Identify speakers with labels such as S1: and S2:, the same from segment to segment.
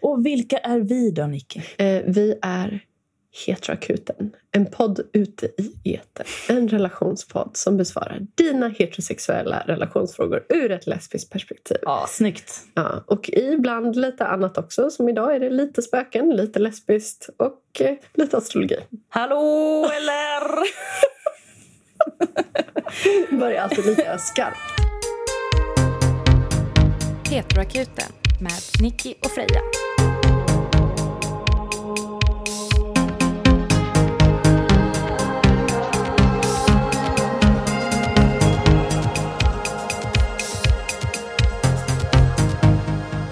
S1: Och vilka är vi då, Nicky?
S2: Eh, vi är Heteroakuten, en podd ute i etern. En relationspodd som besvarar dina heterosexuella relationsfrågor ur ett lesbiskt perspektiv.
S1: Ja, snyggt.
S2: Ja, och ibland lite annat också. Som idag är det lite spöken, lite lesbiskt och eh, lite astrologi.
S1: Hallå, eller?
S2: Börjar alltid lika skarpt.
S3: Heteroakuten med Nicky och Freja.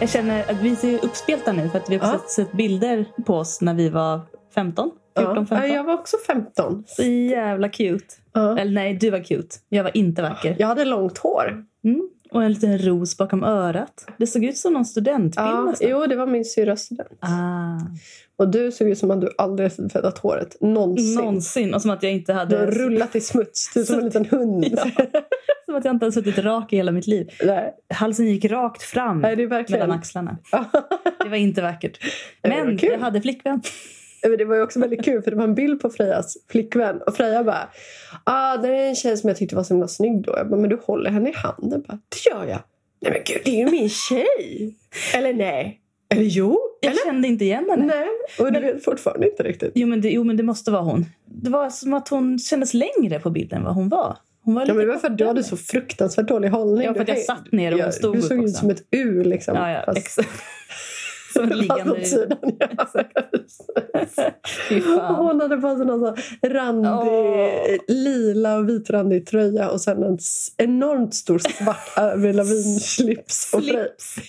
S1: Jag känner att vi ser uppspelta nu för att vi har
S2: Ja.
S1: sett, sett bilder på oss när vi var 15. 14,
S2: ja,
S1: 15.
S2: jag var också 15.
S1: Så jävla cute.
S2: Ja.
S1: Eller nej, du var cute. Jag var inte vacker.
S2: Jag hade långt hår.
S1: Mm. Och en liten ros bakom örat. Det såg ut som någon studentbild
S2: Ja,
S1: nästan.
S2: Ah, jo, det var min syrras student.
S1: Ah.
S2: Och du såg ut som att du aldrig tvättat håret. Någonsin.
S1: Någonsin. Och som att jag inte
S2: Du
S1: hade...
S2: har rullat i smuts, typ som en liten hund.
S1: Ja. Som att jag inte hade suttit rak i hela mitt liv.
S2: Nej,
S1: Halsen gick rakt fram
S2: nej, det är
S1: Mm. mellan
S2: verkligen...
S1: axlarna. Det var inte vackert.
S2: Det var
S1: Men
S2: kul.
S1: jag hade flickvän.
S2: Ja, Men det var ju också väldigt kul för det var en bild på Frejas flickvän och Freja bara ah, det är en tjej som jag tyckte var så himla snygg då. Jag bara, men du håller henne i handen. Jag Bara, det gör jag. Nej men gud, det är ju min tjej! Eller nej. Eller jo.
S1: Jag
S2: Eller
S1: kände inte igen henne.
S2: nej. Och du vet fortfarande inte riktigt.
S1: Jo men, det, jo men det måste vara hon. Det var som att hon kändes längre på bilden än vad hon var. Hon var
S2: Ja, men det
S1: lite
S2: var för att du
S1: kortare.
S2: hade så fruktansvärt dålig hållning.
S1: Ja, för att jag
S2: Du-
S1: satt ner och hon stod
S2: Du
S1: upp
S2: såg ut
S1: också.
S2: som ett U liksom.
S1: Ja, ja,
S2: fast-
S1: exakt. Som ett
S2: Fast
S1: liggande...
S2: åt sidan. Ja.
S1: Fy fan.
S2: Och Hon hade på sig någon sån randig,
S1: Åh.
S2: lila och vitrandig tröja och sen en s- enormt stor svart lavinslips. Och frej-
S1: Slips.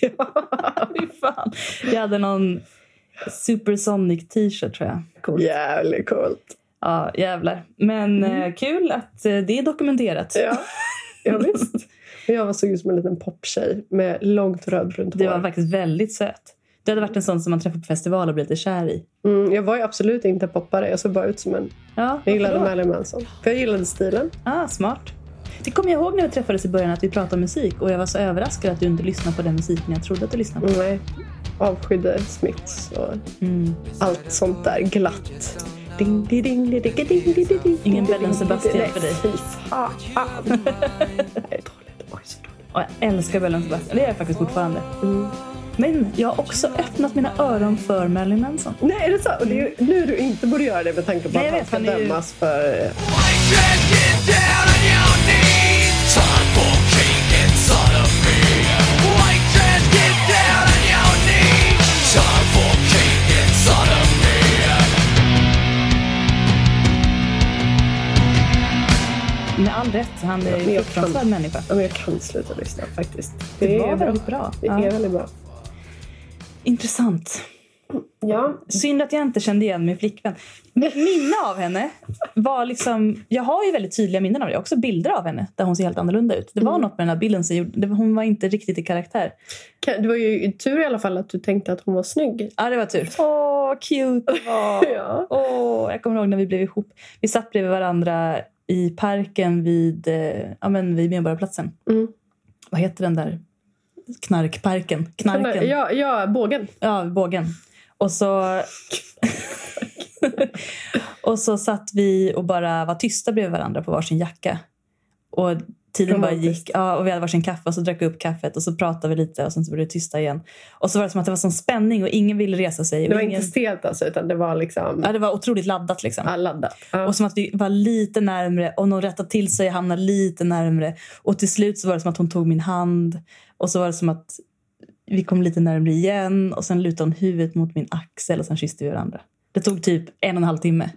S1: Fy fan. Jag hade någon Supersonic t-shirt tror jag. Coolt.
S2: Jävligt coolt.
S1: Ja, jävlar. Men
S2: Mm.
S1: eh, kul att eh, det är dokumenterat.
S2: Ja, ja visst. Och jag var- såg ut som en liten poptjej med långt rödbrunt
S1: Du var
S2: hår.
S1: faktiskt väldigt söt. Du hade varit en sån som man träffar på festival och blir lite kär i.
S2: Mm, jag var ju absolut inte poppare. Jag såg bara ut som en...
S1: Ja,
S2: Jag gillade
S1: varför då?
S2: Marilyn Manson. För jag gillade stilen.
S1: Ah, smart. Det kommer jag ihåg när vi träffades i början att vi pratade om musik och jag var så överraskad att du inte lyssnade på den musiken jag trodde att du lyssnade på.
S2: Mm, nej. Avskydde Smiths och
S1: Mm.
S2: allt sånt där glatt. Ding, ding, ding, ding, ding, ding, ding, ding, ding,
S1: Ingen
S2: ding,
S1: Bellen
S2: ding,
S1: Sebastian
S2: ding,
S1: för
S2: ding.
S1: dig.
S2: Nej, Fy fan. Nej, dåligt. Oj, så dåligt.
S1: Och jag älskar Bellen Sebastian, det gör jag faktiskt fortfarande.
S2: Mm.
S1: Men jag har också öppnat mina öron för Marilyn Manson.
S2: Nej, är det så? Och det är ju nu du inte borde göra det med tanke på
S1: Nej, jag
S2: att han
S1: vet,
S2: ska
S1: han är ju-
S2: dömas för... eh,
S1: Med all rätt, han är
S2: men
S1: ju en
S2: jag
S1: fruktansvärd
S2: kan-
S1: människa.
S2: Ja, men jag kan sluta lyssna faktiskt.
S1: Det, var väldigt bra.
S2: Det
S1: Ja.
S2: är väldigt bra.
S1: Intressant.
S2: Ja.
S1: Synd att jag inte kände igen min flickvän. Mitt minne av henne var liksom... Jag har ju väldigt tydliga minnen av det. Jag har också bilder av henne där hon ser helt annorlunda ut. Det var något med den här bilden som gjorde... det var- Hon var inte riktigt i karaktär.
S2: Kan- Det var ju tur i alla fall att du tänkte att hon var snygg.
S1: Ja, det var tur. Åh, cute det var.
S2: Ja.
S1: Åh, jag kommer ihåg när vi blev ihop. Vi satt bredvid varandra i parken vid, eh, ja, men vid Medborgarplatsen.
S2: Mm.
S1: Vad heter den där knarkparken? Knarken? Ja,
S2: Ja, ja, bågen.
S1: vid bågen. Och så... och så satt vi och bara var tysta bredvid varandra på varsin jacka. Och tiden bara
S2: Romantiskt.
S1: gick. Ja, och vi hade varsin kaffe och så drack vi upp kaffet och så pratade vi lite och sen så blev det tysta igen. Och så var det som att det var sån spänning och ingen ville resa sig. och
S2: Det var
S1: ingen...
S2: inte stelt alltså, utan det var liksom
S1: Ja, det var otroligt laddat liksom.
S2: ja, laddat. Ja.
S1: Och som att vi var lite närmre och någon rättade till sig och hamnade lite närmre. Och till slut så var det som att hon tog min hand. Och så var det som att vi kom lite närmre igen. Och sen lutade hon huvudet mot min axel och sen kysste vi varandra. Det tog typ en och en halv timme.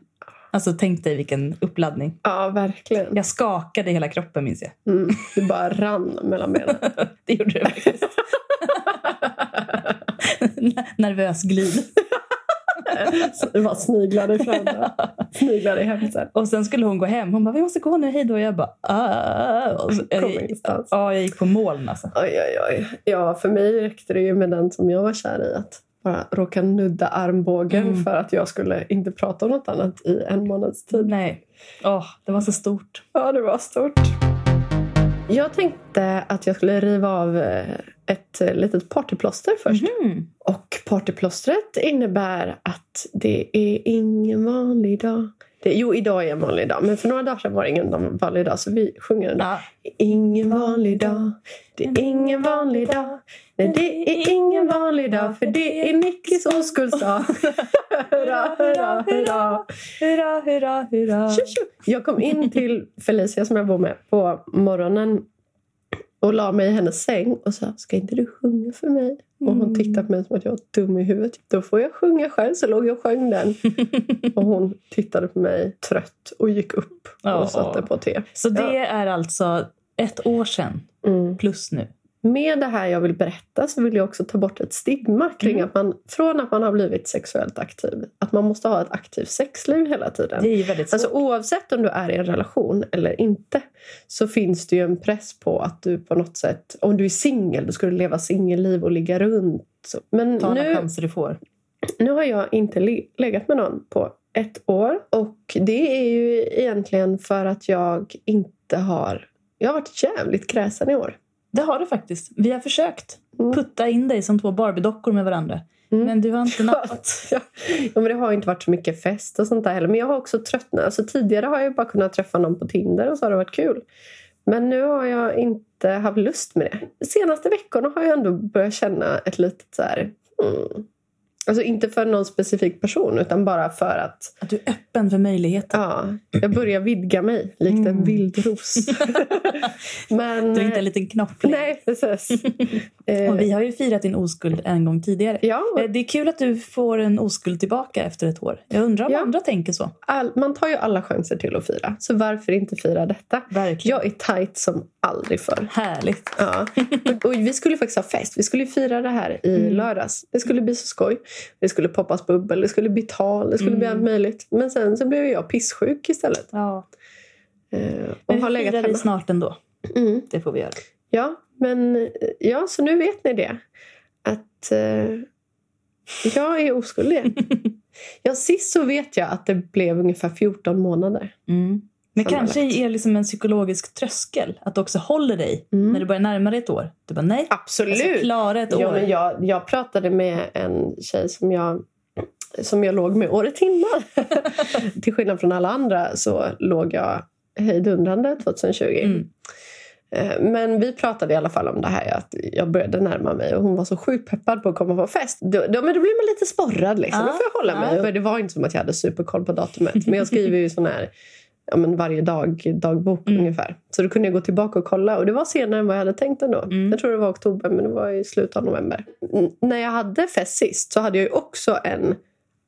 S1: Alltså tänk dig vilken uppladdning.
S2: ja, verkligen.
S1: Jag skakade i hela kroppen minns jag.
S2: Mm. Det bara rann mellan benen.
S1: Det gjorde det faktiskt. Nervös glid.
S2: Det var sniglar i fram. sniglar i hemsen.
S1: Och sen skulle hon gå hem. Hon bara, vi måste gå nu, hej då. Och jag bara, "Ah." Och så- jag,
S2: Kom ingenstans.
S1: ja, jag gick på moln alltså.
S2: Oj, oj, oj. Ja, för mig räckte det ju med den som jag var kär i att bara råka nudda armbågen
S1: Mm.
S2: för att jag skulle inte prata om något annat i en månads tid.
S1: Nej. Åh, det var så stort.
S2: Ja, det var stort. Jag tänkte att jag skulle riva av eh, ett eh, litet partyplåster först.
S1: Mhm.
S2: Och partyplåstret innebär att det är ingen vanlig dag. Det, jo, idag är en vanlig dag, men för några dagar sedan var det ingen vanlig dag. Så vi sjunger den.
S1: Ja.
S2: Ingen vanlig dag, det är ingen vanlig dag. Nej, det är ingen vanlig dag, för det är Nickis oskuldsdag. hurra, hurra, hurra.
S1: Hurra, hurra, hurra.
S2: Tjo, tjo. Jag kom in till Felicia som jag bor med på morgonen och la mig i hennes säng och sa ska inte du sjunga för mig? Och hon
S1: Mm.
S2: tittade på mig som att jag var dum i huvudet. Då får jag sjunga själv. Så låg jag och sjöng den. Och hon tittade på mig trött och gick upp och
S1: Ja.
S2: satte på te.
S1: Så det är alltså ett år sedan
S2: Mm.
S1: plus nu.
S2: Med det här jag vill berätta så vill jag också ta bort ett stigma kring
S1: Mm.
S2: att man från att man har blivit sexuellt aktiv, att man måste ha ett aktivt sexliv hela tiden.
S1: Det är ju väldigt svårt.
S2: Alltså, oavsett om du är i en relation eller inte så finns det ju en press på att du på något sätt... Om du är singel, då ska du leva singelliv och ligga runt. Så- Men
S1: Ta alla
S2: nu,
S1: chanser du får.
S2: nu har jag inte le- legat med någon på ett år. Och det är ju egentligen för att jag inte har... Jag har varit jävligt kräsen i år.
S1: Det har du faktiskt. Vi har försökt
S2: Mm.
S1: putta in dig som två Barbie-dockor med varandra.
S2: Mm.
S1: Men du har inte nappat.
S2: Skönt. Ja. ja, men det har ju inte varit så mycket fest och sånt där heller. Men jag har också tröttnat. Alltså, tidigare har jag ju bara kunnat träffa någon på Tinder och så har det varit kul. Men nu har jag inte haft lust med det. De senaste veckorna har jag ändå börjat känna ett litet så här... Mm. Alltså inte för någon specifik person utan bara för att
S1: Att du är öppen för möjligheten.
S2: ja, jag börjar vidga mig likt en
S1: Mm.
S2: vildros. men,
S1: Du är inte en liten knoppling.
S2: Nej, precis. Eh,
S1: Och vi har ju firat din oskuld en gång tidigare.
S2: ja, och
S1: Eh, Det är kul att du får en oskuld tillbaka efter ett år. Jag undrar om
S2: Ja.
S1: andra tänker så.
S2: all, man tar ju alla chanser till att fira. Så varför inte fira detta?
S1: Verkligen.
S2: Jag är tight som aldrig förr.
S1: Härligt.
S2: Ja. Och- Och vi skulle faktiskt ha fest. Vi skulle fira det här i
S1: Mm.
S2: lördags. Det skulle bli så skoj. Det skulle poppas bubbel, det skulle bli tal, det skulle bli
S1: Mm.
S2: allt möjligt. Men sen så blev jag pissjuk istället.
S1: Ja.
S2: Eh, och
S1: Men
S2: har
S1: vi
S2: legat
S1: firar
S2: hemma.
S1: dig snart ändå.
S2: Mm.
S1: Det får vi göra.
S2: Ja, men eh, ja, så nu vet ni det. Att eh, jag är oskyldig. ja, sist så vet jag att det blev ungefär 14 månader.
S1: Mm. Men
S2: Sammanlagt.
S1: kanske är det liksom en psykologisk tröskel. Att du också håller dig
S2: Mm.
S1: när du börjar närma dig ett år. Du bara nej, jag ska
S2: Absolut!
S1: klara ett
S2: Ja,
S1: år.
S2: men jag, jag pratade med en tjej som jag, som jag låg med året innan. Till skillnad från alla andra så låg jag hejdundrande 2020.
S1: Mm.
S2: Eh, Men vi pratade i alla fall om det här att jag började närma mig och hon var så sjukt peppad på att komma på fest. Då, då, men då blir man lite sporrad liksom.
S1: Ja,
S2: Då får jag hålla
S1: ja.
S2: mig. För det var inte som att jag hade superkoll på datumet. Men jag skriver ju sån här ja, men varje dag dagbok
S1: Mm.
S2: ungefär. Så då kunde jag gå tillbaka och kolla. Och det var senare än vad jag hade tänkt ändå.
S1: Mm.
S2: Jag tror det var oktober men det var i slutet av november. N- när jag hade fest sist så hade jag ju också en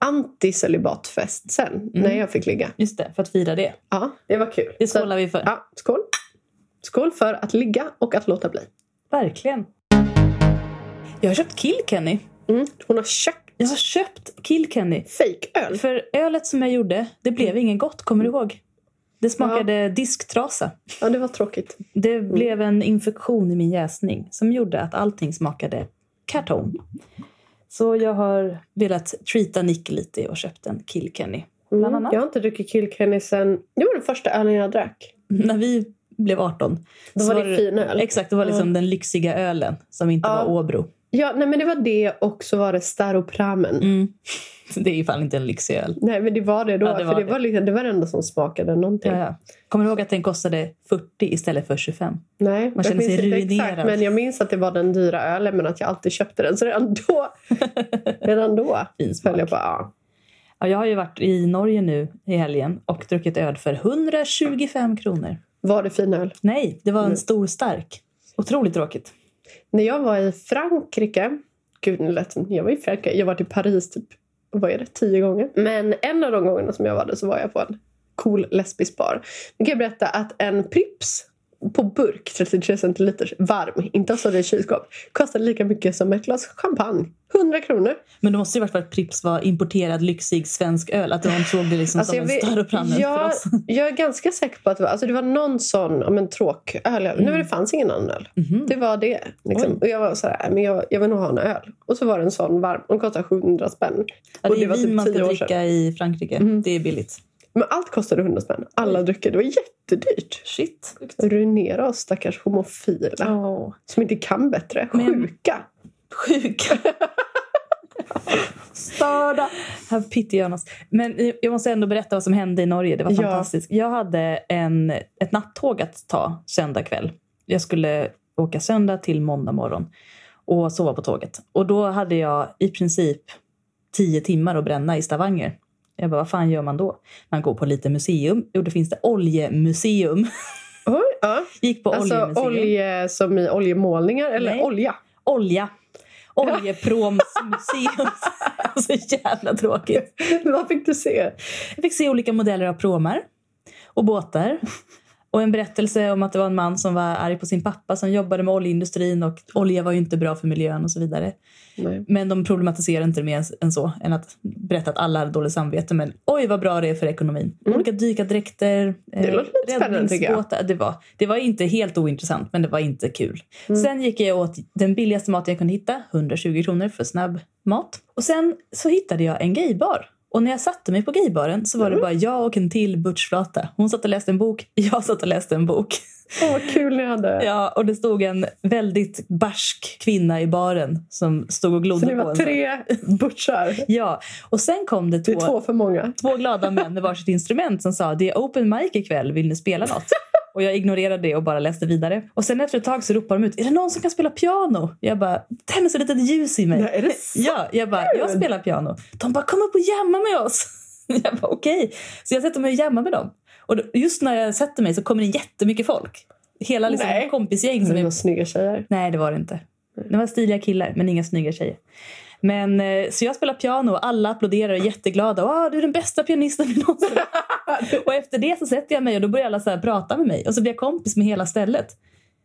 S2: anticelibatfest sen. När jag fick ligga.
S1: Just det, för att fira det.
S2: Ja, det var kul.
S1: Mm. Det
S2: Så-
S1: skålar vi för.
S2: Ja, skål. Skål för att ligga och att låta bli.
S1: Verkligen. Jag har köpt Kill Kenny.
S2: Mm. Hon har köpt
S1: Jag har köpt Kill Kenny.
S2: fejköl.
S1: För ölet som jag gjorde, det blev inget gott, kommer du ihåg? Det smakade disktrasa.
S2: Ja, det var tråkigt.
S1: Det blev en infektion i min jäsning som gjorde att allting smakade kartong. Så jag har velat treata Nick lite och köpt en Kill Kenny. Bland annat.
S2: Mm. Jag har inte druckit killkenny sen... Det var den första ölen jag drack.
S1: När vi blev 18.
S2: Då
S1: så
S2: var det fin öl.
S1: Exakt, det var liksom
S2: Ja.
S1: den lyxiga ölen som inte
S2: Ja.
S1: var Åbro.
S2: Ja, nej, men det var det och så var det Staropramen.
S1: Mm. Det är ju fan inte en lyxig öl.
S2: Nej, men det var det då.
S1: Ja, det var
S2: för det,
S1: det.
S2: Var liksom, det var det enda som smakade någonting.
S1: Ja, ja. Kommer du ihåg att den kostade 40 istället för 25?
S2: Nej,
S1: känner
S2: jag
S1: sig
S2: minns inte
S1: ruinerad.
S2: men jag minns att det var den dyra ölen men att jag alltid köpte den. Så redan då, redan då
S1: Fin
S2: höll
S1: smak.
S2: jag på... Ja.
S1: Ja, jag har ju varit i Norge nu i helgen och druckit öl för 125 kronor.
S2: Var det fin öl?
S1: Nej, det var en
S2: Mm.
S1: stor stark. Otroligt tråkigt.
S2: När jag var i Frankrike... Gud, nu lät som jag var i Frankrike. Jag var i Paris typ vad är det, tio gånger. Men en av de gångerna som jag var där så var jag på en cool lesbisk bar. Nu kan jag berätta att en Pripps på burk, 33 centiliter, varm, inte har stått i kylskåp, kostade lika mycket som ett glas champagne. 100 kronor.
S1: Men det måste ju varit för att Pripps var importerad lyxig svensk öl. Att de såg det liksom som en
S2: vet-
S1: större prannen för
S2: Alltså, jag,
S1: oss.
S2: jag är ganska säker på att det var, alltså det var någon sån ja, men, tråköl. Mm. Nej, men det fanns ingen annan öl.
S1: Mhm.
S2: Det var det. Liksom.
S1: Oj.
S2: Och jag var så här, men jag, jag vill nog ha en öl. Och så var det en sån varm. Den kostade 700 spänn.
S1: Ja,
S2: och
S1: det
S2: det
S1: är
S2: var
S1: Alltså, vin
S2: typ
S1: man ska
S2: tio år Mm.
S1: dricka i Frankrike. Det är billigt.
S2: Men allt kostade 100 spänn. Alla drycker. Det var jättedyrt.
S1: Shit.
S2: Ruinera oss stackars homofila
S1: Oh.
S2: som inte kan bättre.
S1: Men-
S2: Sjuka.
S1: Sjuka.
S2: Störda.
S1: Have pity on us. Men eh, jag måste ändå berätta vad som hände i Norge. Det var
S2: Ja.
S1: fantastiskt. Jag hade en, ett nattåg att ta söndag kväll. Jag skulle åka söndag till måndag morgon och sova på tåget. Och då hade jag i princip tio timmar att bränna i Stavanger. Jag bara, vad fan gör man då? Man går på lite museum. Jo, då finns det oljemuseum.
S2: Oj, ja.
S1: Gick på
S2: Alltså
S1: oljemuseum.
S2: olje som i oljemålningar eller
S1: Nej.
S2: olja.
S1: Olja. Oljepromsmuseum. Så jävla tråkigt.
S2: Vad fick du se?
S1: Jag fick se olika modeller av pråmar och båtar. Och en berättelse om att det var en man som var arg på sin pappa som jobbade med oljeindustrin och olja var ju inte bra för miljön och så vidare.
S2: Nej.
S1: Men de problematiserar inte mer än så, än att berätta att alla hade dåligt samvete. Men oj vad bra det är för ekonomin.
S2: Mm.
S1: Olika dykardräkter,
S2: Det låter lite spännande, tycker jag.
S1: räddningsbåtar. Det var, det var inte helt ointressant, men det var inte kul.
S2: Mm.
S1: Sen gick jag åt den billigaste maten jag kunde hitta, 120 kronor för snabb mat. Och sen så hittade jag en gaybar. Och när jag satte mig på gaybaren så var det
S2: Mm.
S1: bara jag och en till butchflata. Hon satt och läste en bok, jag satt och läste en bok.
S2: Åh, vad kul ni hade.
S1: Ja, och det stod en väldigt barsk kvinna i baren som stod och glodde
S2: så ni
S1: på
S2: var
S1: en.
S2: tre butchar.
S1: Ja, och sen kom det
S2: Det
S1: två,
S2: är två för många.
S1: två glada män med varsitt instrument som sa det är open mic ikväll, vill ni spela något? Och jag ignorerade det och bara läste vidare. Och sen efter ett tag så ropade de ut, är det någon som kan spela piano? Jag bara, tänd så litet ljus i mig.
S2: Nej, är det sant?
S1: Ja, jag bara, jag
S2: kul!
S1: spelar piano. De bara, kom upp och jamma med oss. Jag bara, okej. Så jag sätter mig och jammar med dem. Och då- just när jag sätter mig så kommer det jättemycket folk. Hela liksom
S2: Nej.
S1: kompisgäng
S2: Var
S1: som
S2: det
S1: är
S2: några snygga tjejer?
S1: Nej, det var det inte. Det var stiliga killar, men inga snygga tjejer. Men, eh, så jag spelar piano och alla applåderar och är jätteglada. Åh, du är den bästa pianisten vi någonsin haft." Och efter det så sätter jag mig och då börjar alla så här prata med mig. Och så blir jag kompis med hela stället.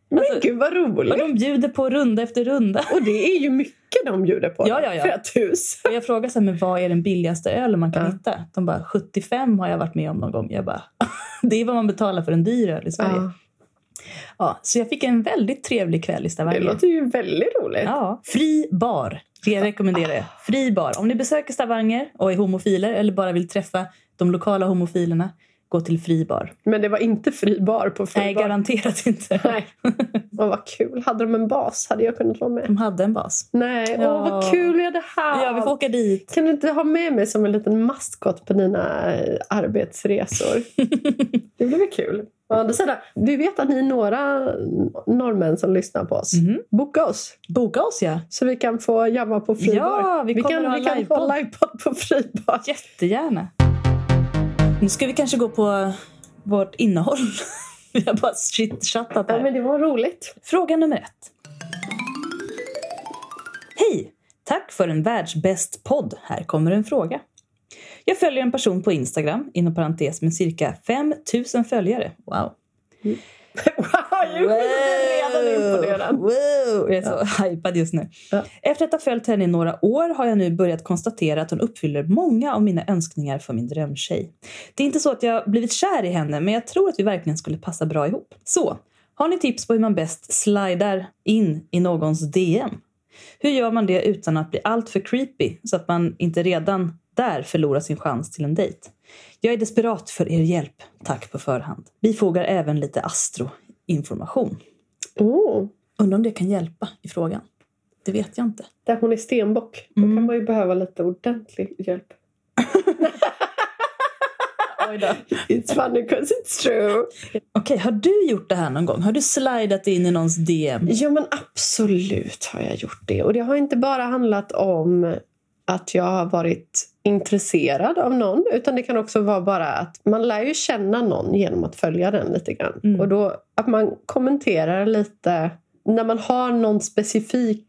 S2: Men
S1: Alltså-
S2: gud vad roligt.
S1: Och de bjuder på runda efter runda.
S2: Och det är ju mycket de bjuder på.
S1: Ja, ja, ja.
S2: För ett hus.
S1: Och jag frågar så här, men vad är den billigaste ölen man kan
S2: Ja.
S1: hitta? De bara, 75 har jag varit med om någon gång. Jag bara, det är vad man betalar för en dyr öl i Sverige. Ja.
S2: Ja,
S1: så jag fick en väldigt trevlig kväll i
S2: det
S1: Stavanger.
S2: låter ju väldigt roligt.
S1: Ja. Fri bar. Det rekommenderar jag. Fri bar. Om ni besöker Stavanger och är homofiler eller bara vill träffa de lokala homofilerna, gå till fri bar.
S2: Men det var inte fri bar på fri
S1: Nej,
S2: bar.
S1: garanterat inte.
S2: Nej. Åh, vad kul. Hade de en bas hade jag kunnat vara med.
S1: De hade en bas.
S2: Nej, åh
S1: Ja.
S2: vad kul vi hade haft.
S1: Ja, vi får åka dit.
S2: Kan du inte ha med mig som en liten maskot på dina eh, arbetsresor? det blir väl kul. Å andra sidan, du vet att ni är några norrmän som lyssnar på oss.
S1: Mhm.
S2: Boka oss
S1: Boka oss, ja.
S2: så vi kan få jamma på fribar.
S1: Ja, vi
S2: vi
S1: kommer
S2: kan,
S1: ha
S2: vi kan
S1: livepodd.
S2: få livepodd på fribar.
S1: Jättegärna. Nu ska vi kanske gå på vårt innehåll. Vi har bara chitchattat
S2: Ja,
S1: här.
S2: men det var roligt.
S1: Fråga nummer ett. Hej! Tack för en världsbäst podd. Här kommer en fråga. Jag följer en person på Instagram, inom parentes med cirka 5000 följare. Wow.
S2: wow, jag är redan imponerad.
S1: Wow! Jag är så hypad just nu.
S2: Ja.
S1: Efter att ha följt henne i några år har jag nu börjat konstatera att hon uppfyller många av mina önskningar för min drömtjej. Det är inte så att jag blivit kär i henne, men jag tror att vi verkligen skulle passa bra ihop. Så, har ni tips på hur man bäst slidar in i någons DM? Hur gör man det utan att bli alltför creepy så att man inte redan där förlorar sin chans till en dejt? Jag är desperat för er hjälp. Tack på förhand. Vi fogar även lite astroinformation.
S2: Oh,
S1: Undrar om det kan hjälpa i frågan. Det vet jag inte.
S2: där hon är stenbock. Då
S1: Mm.
S2: kan man ju behöva lite ordentlig hjälp.
S1: Oj då. Okej,
S2: It's funny because it's true.
S1: har du gjort det här någon gång? Har du slidat in i någons DM?
S2: Ja, men absolut har jag gjort det. Och det har inte bara handlat om att jag har varit intresserad av någon utan det kan också vara bara att man lär ju känna någon genom att följa den lite grann.
S1: Mm.
S2: Och då att man kommenterar lite när man har någon specifik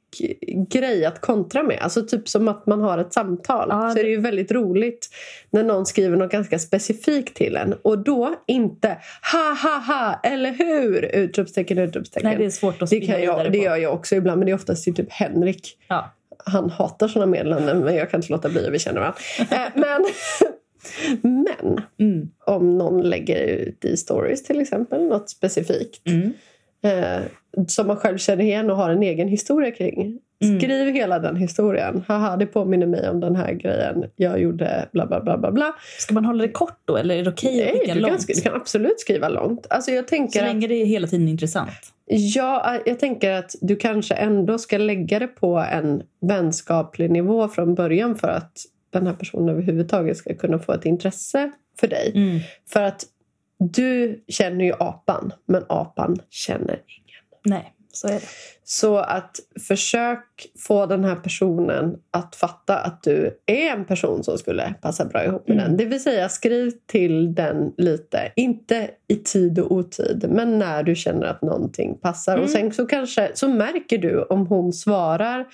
S2: grej att kontra med. Alltså typ som att man har ett samtal.
S1: Ja,
S2: så är det ju väldigt roligt när någon skriver något ganska specifikt till en. Och då inte ha ha ha eller hur! Utropstecken, utropstecken.
S1: Nej, det är svårt att
S2: Det,
S1: spinna
S2: kan
S1: vidare
S2: jag, det
S1: på.
S2: gör jag också ibland, men det är oftast ju typ Henrik.
S1: Ja.
S2: Han hatar såna meddelanden, men jag kan inte låta bli. Vi känner varandra. Eh, Men, men
S1: Mm.
S2: om någon lägger ut i stories till exempel, något specifikt.
S1: Mm.
S2: eh, som man själv känner igen och har en egen historia kring.
S1: Mm.
S2: Skriv hela den historien. Haha, det påminner mig om den här grejen. Jag gjorde bla bla bla bla bla.
S1: Ska man hålla det kort då eller är det okej att
S2: Nej,
S1: skicka
S2: du kan,
S1: långt?
S2: sk- du kan absolut skriva långt. Alltså jag tänker
S1: Så
S2: att-
S1: länge det är hela tiden intressant.
S2: Ja, jag tänker att du kanske ändå ska lägga det på en vänskaplig nivå från början för att den här personen överhuvudtaget ska kunna få ett intresse för dig.
S1: Mm.
S2: För att du känner ju apan, men apan känner ingen.
S1: Nej, så är det.
S2: Så att försök få den här personen att fatta att du är en person som skulle passa bra ihop med
S1: Mm.
S2: den. Det vill säga skriv till den lite, inte i tid och otid, men när du känner att någonting passar.
S1: Mm.
S2: Och sen så kanske så märker du om hon svarar.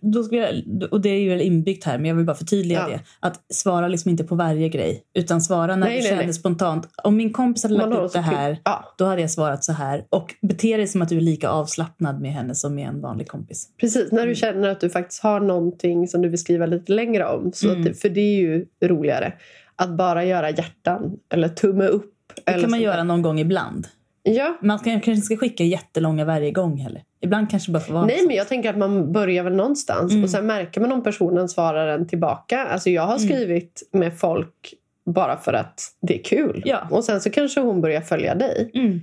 S1: Då ska jag, och det är ju väl inbyggt här, men jag vill bara förtydliga
S2: Ja.
S1: det. Att svara liksom inte på varje grej, utan svara när
S2: Nej,
S1: du
S2: nej,
S1: känner
S2: nej.
S1: spontant. Om min kompis hade
S2: Man
S1: lagt
S2: har
S1: upp
S2: också
S1: det
S2: kul.
S1: här,
S2: Ja,
S1: då hade jag svarat så här. Och bete dig som att du är lika avslappnad med henne som med en vanlig kompis.
S2: Precis, när
S1: Mm.
S2: du känner att du faktiskt har någonting som du vill skriva lite längre om. Så
S1: Mm.
S2: att, det- för det är ju roligare. Att bara göra hjärtan eller tumme upp.
S1: Det
S2: eller
S1: kan man
S2: sånt där.
S1: göra någon gång ibland.
S2: Ja.
S1: Man kan, kanske inte ska skicka jättelånga varje gång heller. Ibland kanske bara får vara
S2: Nej, men jag tänker att man börjar väl någonstans.
S1: Mm.
S2: Och sen märker man om personen svarar en tillbaka. Alltså jag har
S1: Mm.
S2: skrivit med folk bara för att det är kul.
S1: Ja.
S2: Och sen så kanske hon börjar följa dig.
S1: Mm.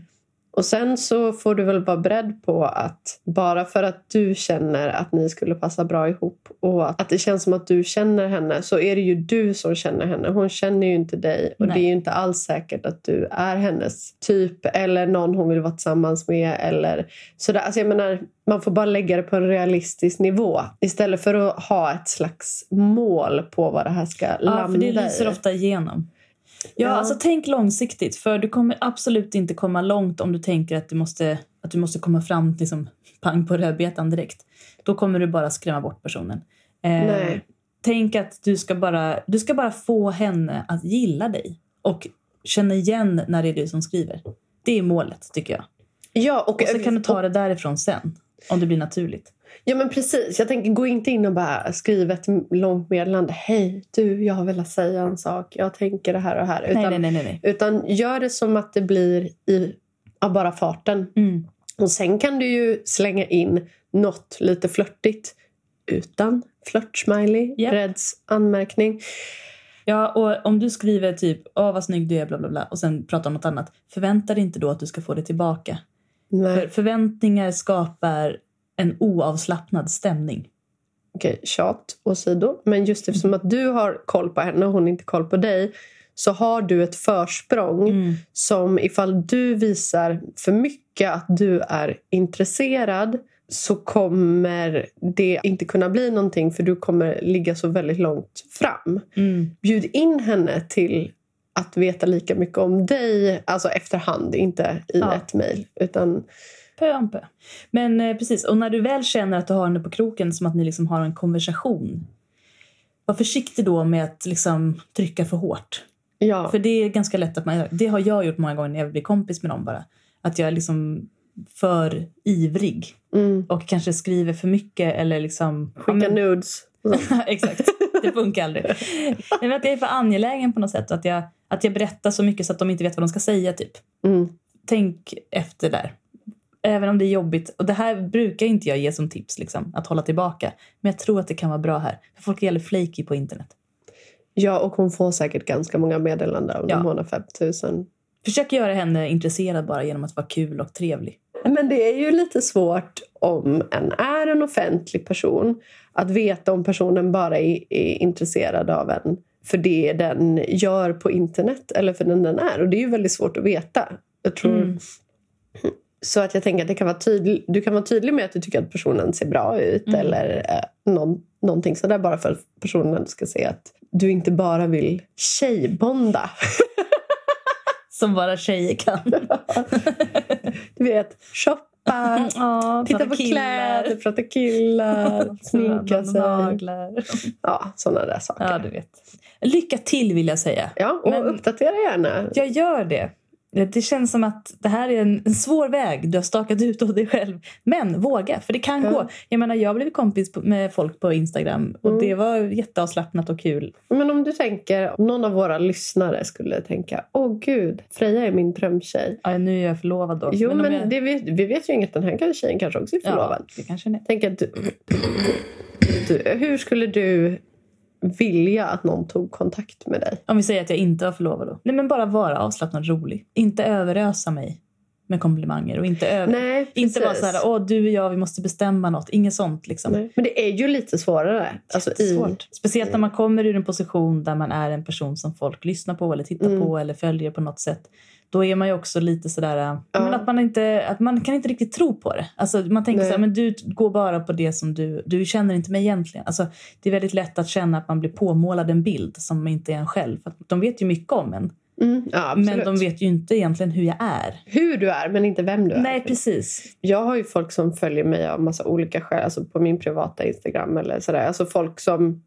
S2: Och sen så får du väl vara beredd på att bara för att du känner att ni skulle passa bra ihop och att att det känns som att du känner henne så är det ju du som känner henne. Hon känner ju inte dig och
S1: Nej.
S2: det är ju inte alls säkert att du är hennes typ eller någon hon vill vara tillsammans med eller sådär. Alltså jag menar, man får bara lägga det på en realistisk nivå istället för att ha ett slags mål på vad det här ska landa
S1: Ja, för det
S2: i.
S1: lyser ofta igenom. Ja,
S2: Ja.
S1: alltså tänk långsiktigt. För du kommer absolut inte komma långt om du tänker att du måste, att du måste komma fram till liksom, pang på rödbetan direkt. Då kommer du bara skrämma bort personen. Eh,
S2: Nej.
S1: Tänk att du ska, bara, du ska bara få henne att gilla dig och känna igen när det är du som skriver. Det är målet, tycker jag.
S2: Ja, och,
S1: Och så kan du ta det därifrån sen, om det blir naturligt.
S2: Ja men precis. Jag tänker gå inte in och bara skriva ett långt meddelande. Hej du, jag har velat säga en sak. Jag tänker det här och det här. Utan,
S1: nej, nej, nej. nej.
S2: utan gör det som att det blir i, av bara farten.
S1: Mm.
S2: Och sen kan du ju slänga in något lite flörtigt. Utan flörtsmiley,
S1: Japp.
S2: Reds anmärkning.
S1: Ja, och om du skriver typ åh vad snygg du är bla bla bla och sen pratar om något annat. Förvänta dig inte då att du ska få det tillbaka. För
S2: Nej,
S1: förväntningar skapar en oavslappnad stämning.
S2: okej, tjat åsido. Men just eftersom att du har koll på henne och hon inte koll på dig så har du ett försprång
S1: Mm.
S2: som ifall du visar för mycket att du är intresserad så kommer det inte kunna bli någonting för du kommer ligga så väldigt långt fram.
S1: Mm.
S2: Bjud in henne till att veta lika mycket om dig, alltså efterhand, inte i
S1: Ja.
S2: ett mejl. Utan
S1: Pö om pö. Men eh, precis, och när du väl känner att du har henne på kroken som att ni liksom har en konversation. Var försiktig då med att liksom trycka för hårt.
S2: ja,
S1: För det är ganska lätt att man gör. Det har jag gjort många gånger när jag blir kompis med någon bara. Att jag är liksom för ivrig
S2: mm.
S1: och kanske skriver för mycket eller liksom... ja,
S2: skicka
S1: men-
S2: nudes.
S1: Exakt, det funkar aldrig. Nej, men att jag är för angelägen på något sätt. Att jag, att jag berättar så mycket så att de inte vet vad de ska säga. Typ.
S2: Mm.
S1: Tänk efter där. Även om det är jobbigt. Och det här brukar inte jag ge som tips, liksom, att hålla tillbaka. Men jag tror att det kan vara bra här. För folk är jävligt flaky på internet.
S2: Ja, och hon får säkert ganska många meddelanden om
S1: Ja.
S2: hon har 5000
S1: Försök göra henne intresserad bara genom att vara kul och trevlig.
S2: Men det är ju lite svårt om en är en offentlig person att veta om personen bara är, är intresserad av en för det den gör på internet eller för den den är. Och det är ju väldigt svårt att veta. Jag tror.
S1: Mm.
S2: Så att jag tänker att det kan vara tydlig, du kan vara tydlig med att du tycker att personen ser bra ut
S1: Mm.
S2: eller eh, någon, någonting sådär bara för att personen ska se att du inte bara vill tjejbonda.
S1: Som bara tjejer kan.
S2: Du vet, shoppa,
S1: Ja,
S2: Titta
S1: prata
S2: på
S1: killar.
S2: kläder, prata killar, sminka sig.
S1: Naglar.
S2: Ja, sådana där saker.
S1: Ja, du vet. Lycka till vill jag säga.
S2: Ja, och
S1: Men-
S2: uppdatera gärna.
S1: Jag gör det. Det känns som att det här är en, en svår väg du har stakat ut åt dig själv. Men våga, för det kan
S2: Ja.
S1: gå. Jag menar, jag blev kompis på- med folk på Instagram och
S2: Mm.
S1: det var jätteavslappnat och kul.
S2: Men om du tänker, om någon av våra lyssnare skulle tänka åh gud, Freja är min drömtjej.
S1: Ja, nu är jag förlovad då.
S2: Jo,
S1: om
S2: men,
S1: jag,
S2: det vet, vi vet ju inget. Den här tjejen kanske också är förlovad.
S1: Ja, det kanske det är.
S2: Tänk att du, du, hur skulle du vilja att någon tog kontakt med dig?
S1: Om vi säger att jag inte var förlovad då. Nej, men bara vara avslappnad och rolig. Inte överösa mig med komplimanger och inte över...
S2: Nej,
S1: Inte vara
S2: precis.
S1: så här, åh du och jag, vi måste bestämma något. Inget sånt liksom.
S2: Nej. Men det är ju lite svårare. Alltså, i,
S1: Svårt. Speciellt när man kommer ur en position där man är en person som folk lyssnar på eller tittar
S2: Mm.
S1: på eller följer på något sätt. Då är man ju också lite sådär, men att man, inte, att man kan inte riktigt tro på det. Alltså, man tänker
S2: Nej.
S1: så här, men du går bara på det som du, du känner inte mig egentligen. Alltså, det är väldigt lätt att känna att man blir påmålad en bild som inte är en själv. För att de vet ju mycket om en,
S2: mm, ja, absolut.
S1: men de vet ju inte egentligen hur jag är.
S2: hur du är, men inte vem du är.
S1: Nej, precis.
S2: Jag har ju folk som följer mig av massa olika skäl, alltså på min privata Instagram eller sådär. Alltså folk som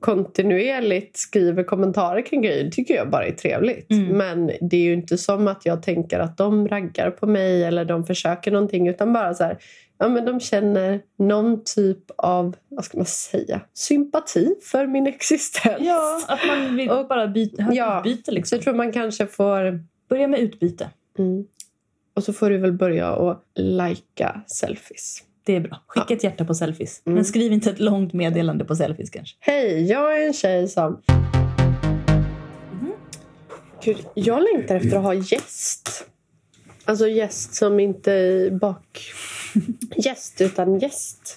S2: kontinuerligt skriver kommentarer kring grejer Det tycker jag bara är trevligt.
S1: Mm.
S2: Men det är ju inte som att jag tänker att de raggar på mig eller de försöker någonting utan bara så här, ja men de känner någon typ av, vad ska man säga, sympati för min existens.
S1: Ja, att man vill
S2: Och-
S1: bara byta,
S2: Ja.
S1: utbyte
S2: Så
S1: liksom.
S2: jag tror man kanske får
S1: Börja med utbyte.
S2: Mm. Och så får du väl börja och lajka selfies.
S1: Det är bra. Skicka ett hjärta på selfies.
S2: Mm.
S1: Men skriv inte ett långt meddelande på selfies kanske.
S2: Hej, jag är en tjej som... Mm. Gud, jag längtar efter att ha gäst. Alltså gäst som inte är bak... gäst utan gäst.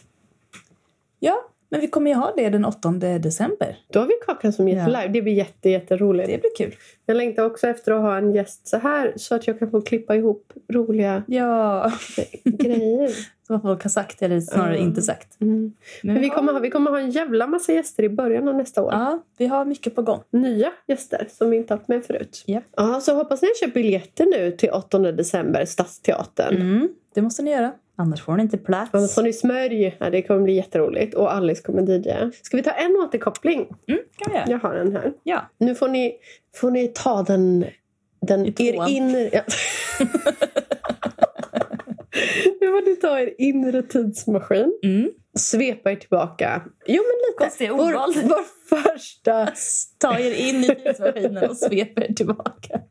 S1: Ja, men vi kommer ju ha det den 8 december.
S2: Då har vi Kakan som gäst
S1: Ja.
S2: live. Det blir jätte, jätteroligt.
S1: Det blir kul.
S2: Jag längtar också efter att ha en gäst så här så att jag kan få klippa ihop roliga
S1: Ja.
S2: grejer.
S1: Vad folk har sagt eller snarare
S2: Mm.
S1: inte sagt.
S2: Mm. Men vi,
S1: har-
S2: kommer ha, vi kommer ha en jävla massa gäster i början av nästa år.
S1: Ja, vi har mycket på gång.
S2: nya gäster som vi inte haft med förut.
S1: Japp.
S2: Ja, så hoppas ni köper biljetter nu till 8 december, Stadsteatern.
S1: Mm, det måste ni göra. Annars får ni inte plats.
S2: Annars får ni smörj. Ja, det kommer bli jätteroligt. Och Alice kommer DJa. Ska vi ta en återkoppling?
S1: Mm, kan vi göra.
S2: Jag har en här.
S1: Ja.
S2: Nu får ni, får ni ta den... den
S1: I
S2: er
S1: tån.
S2: inre... Ja. nu får ni ta er inre tidsmaskin.
S1: Mm.
S2: Svepa er tillbaka. Jo, men lite.
S1: Konstiga
S2: Vår,
S1: ordval.
S2: vår första...
S1: Ta er in i tidsmaskinen och svep er tillbaka.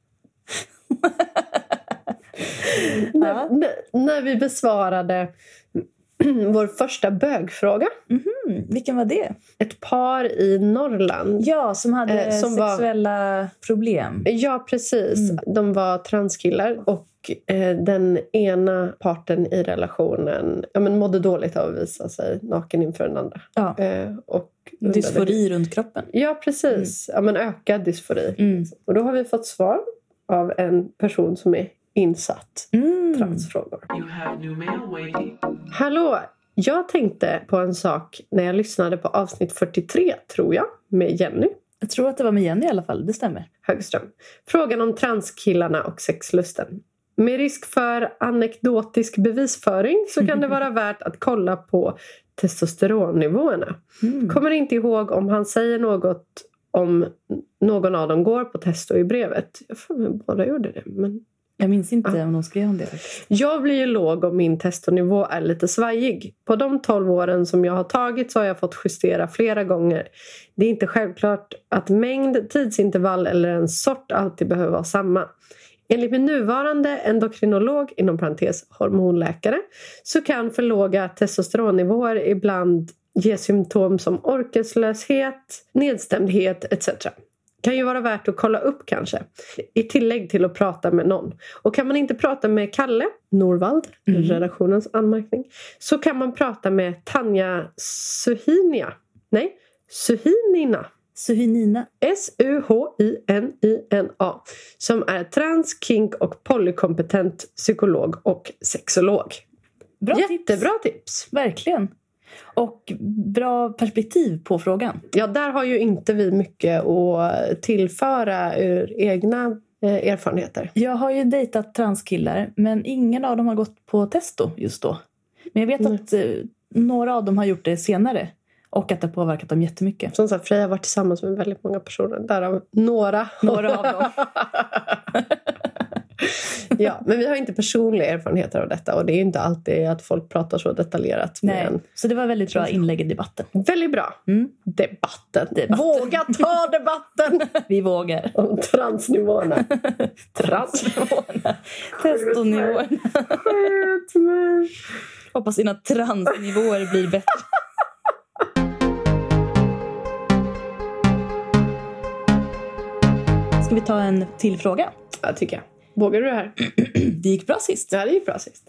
S2: när,
S1: Ja.
S2: när- när vi besvarade vår första bögfråga.
S1: Mm, vilken var det?
S2: Ett par i Norrland.
S1: Ja, som hade
S2: Eh, som var-
S1: sexuella problem.
S2: Ja, precis.
S1: Mm.
S2: De var transkillar och eh, den ena parten i relationen ja, men mådde dåligt av att visa sig naken inför den andra.
S1: Ja.
S2: Eh, och undrade-
S1: Dysfori Mm. runt kroppen.
S2: Ja, precis. Ja, men ökad dysfori.
S1: Mm.
S2: Och då har vi fått svar av en person som är insatt
S1: Mm.
S2: transfrågor.
S4: You have new mail waiting.
S2: Hallå! Jag tänkte på en sak när jag lyssnade på avsnitt 43, tror jag, med Jenny
S1: Jag tror att det var med Jenny i alla fall. Det stämmer.
S2: Högström. Frågan om transkillarna och sexlusten. Med risk för anekdotisk bevisföring så kan det vara värt att kolla på testosteronnivåerna.
S1: Mm.
S2: Kommer inte ihåg om han säger något om någon av dem går på testo i brevet. Jag får mig båda gjorde det. Men
S1: Jag minns inte om de skrev om det. faktiskt.
S2: Jag blir ju låg om min testonivå är lite svajig. På de 12 åren som jag har tagit så har jag fått justera flera gånger. Det är inte självklart att mängd, tidsintervall eller en sort alltid behöver vara samma. Enligt min nuvarande endokrinolog, inom parentes hormonläkare, så kan för låga testosteronnivåer ibland ge symptom som orkeslöshet, nedstämdhet etc. Kan ju vara värt att kolla upp kanske. I tillägg till att prata med någon. Och kan man inte prata med Kalle Norvald,
S1: Mm.
S2: redaktionens anmärkning, så kan man prata med Tanja Suhinia. Nej, Suhinina.
S1: Suhinina.
S2: S-U-H-I-N-I-N-A. Som är trans, kink och polykompetent psykolog och sexolog.
S1: Bra tips.
S2: Jättebra tips!
S1: Verkligen. Och bra perspektiv på frågan.
S2: Ja, där har ju inte vi mycket att tillföra ur egna eh, erfarenheter.
S1: Jag har ju dejtat transkillar, men ingen av dem har gått på testo just då. Men jag vet
S2: Nej.
S1: att eh, några av dem har gjort det senare och att det har påverkat dem jättemycket.
S2: Som sagt, Freja har varit tillsammans med väldigt många personer. Därav några.
S1: Några av dem.
S2: Ja, men vi har inte personliga erfarenheter av detta och det är inte alltid att folk pratar så detaljerat.
S1: Nej.
S2: Men
S1: Så det var väldigt bra inlägg i debatten.
S2: väldigt bra.
S1: Mm.
S2: Debatten.
S1: Debatten.
S2: Våga ta debatten
S1: Vi vågar.
S2: om transnivåerna. Trans.
S1: Transnivåerna. Testonivåerna.
S2: Skjut mig.
S1: Hoppas dina transnivåer blir bättre. Ska vi ta en till fråga?
S2: Ja, tycker jag. Vågar du det här?
S1: Det gick bra sist.
S2: Ja, det gick bra sist.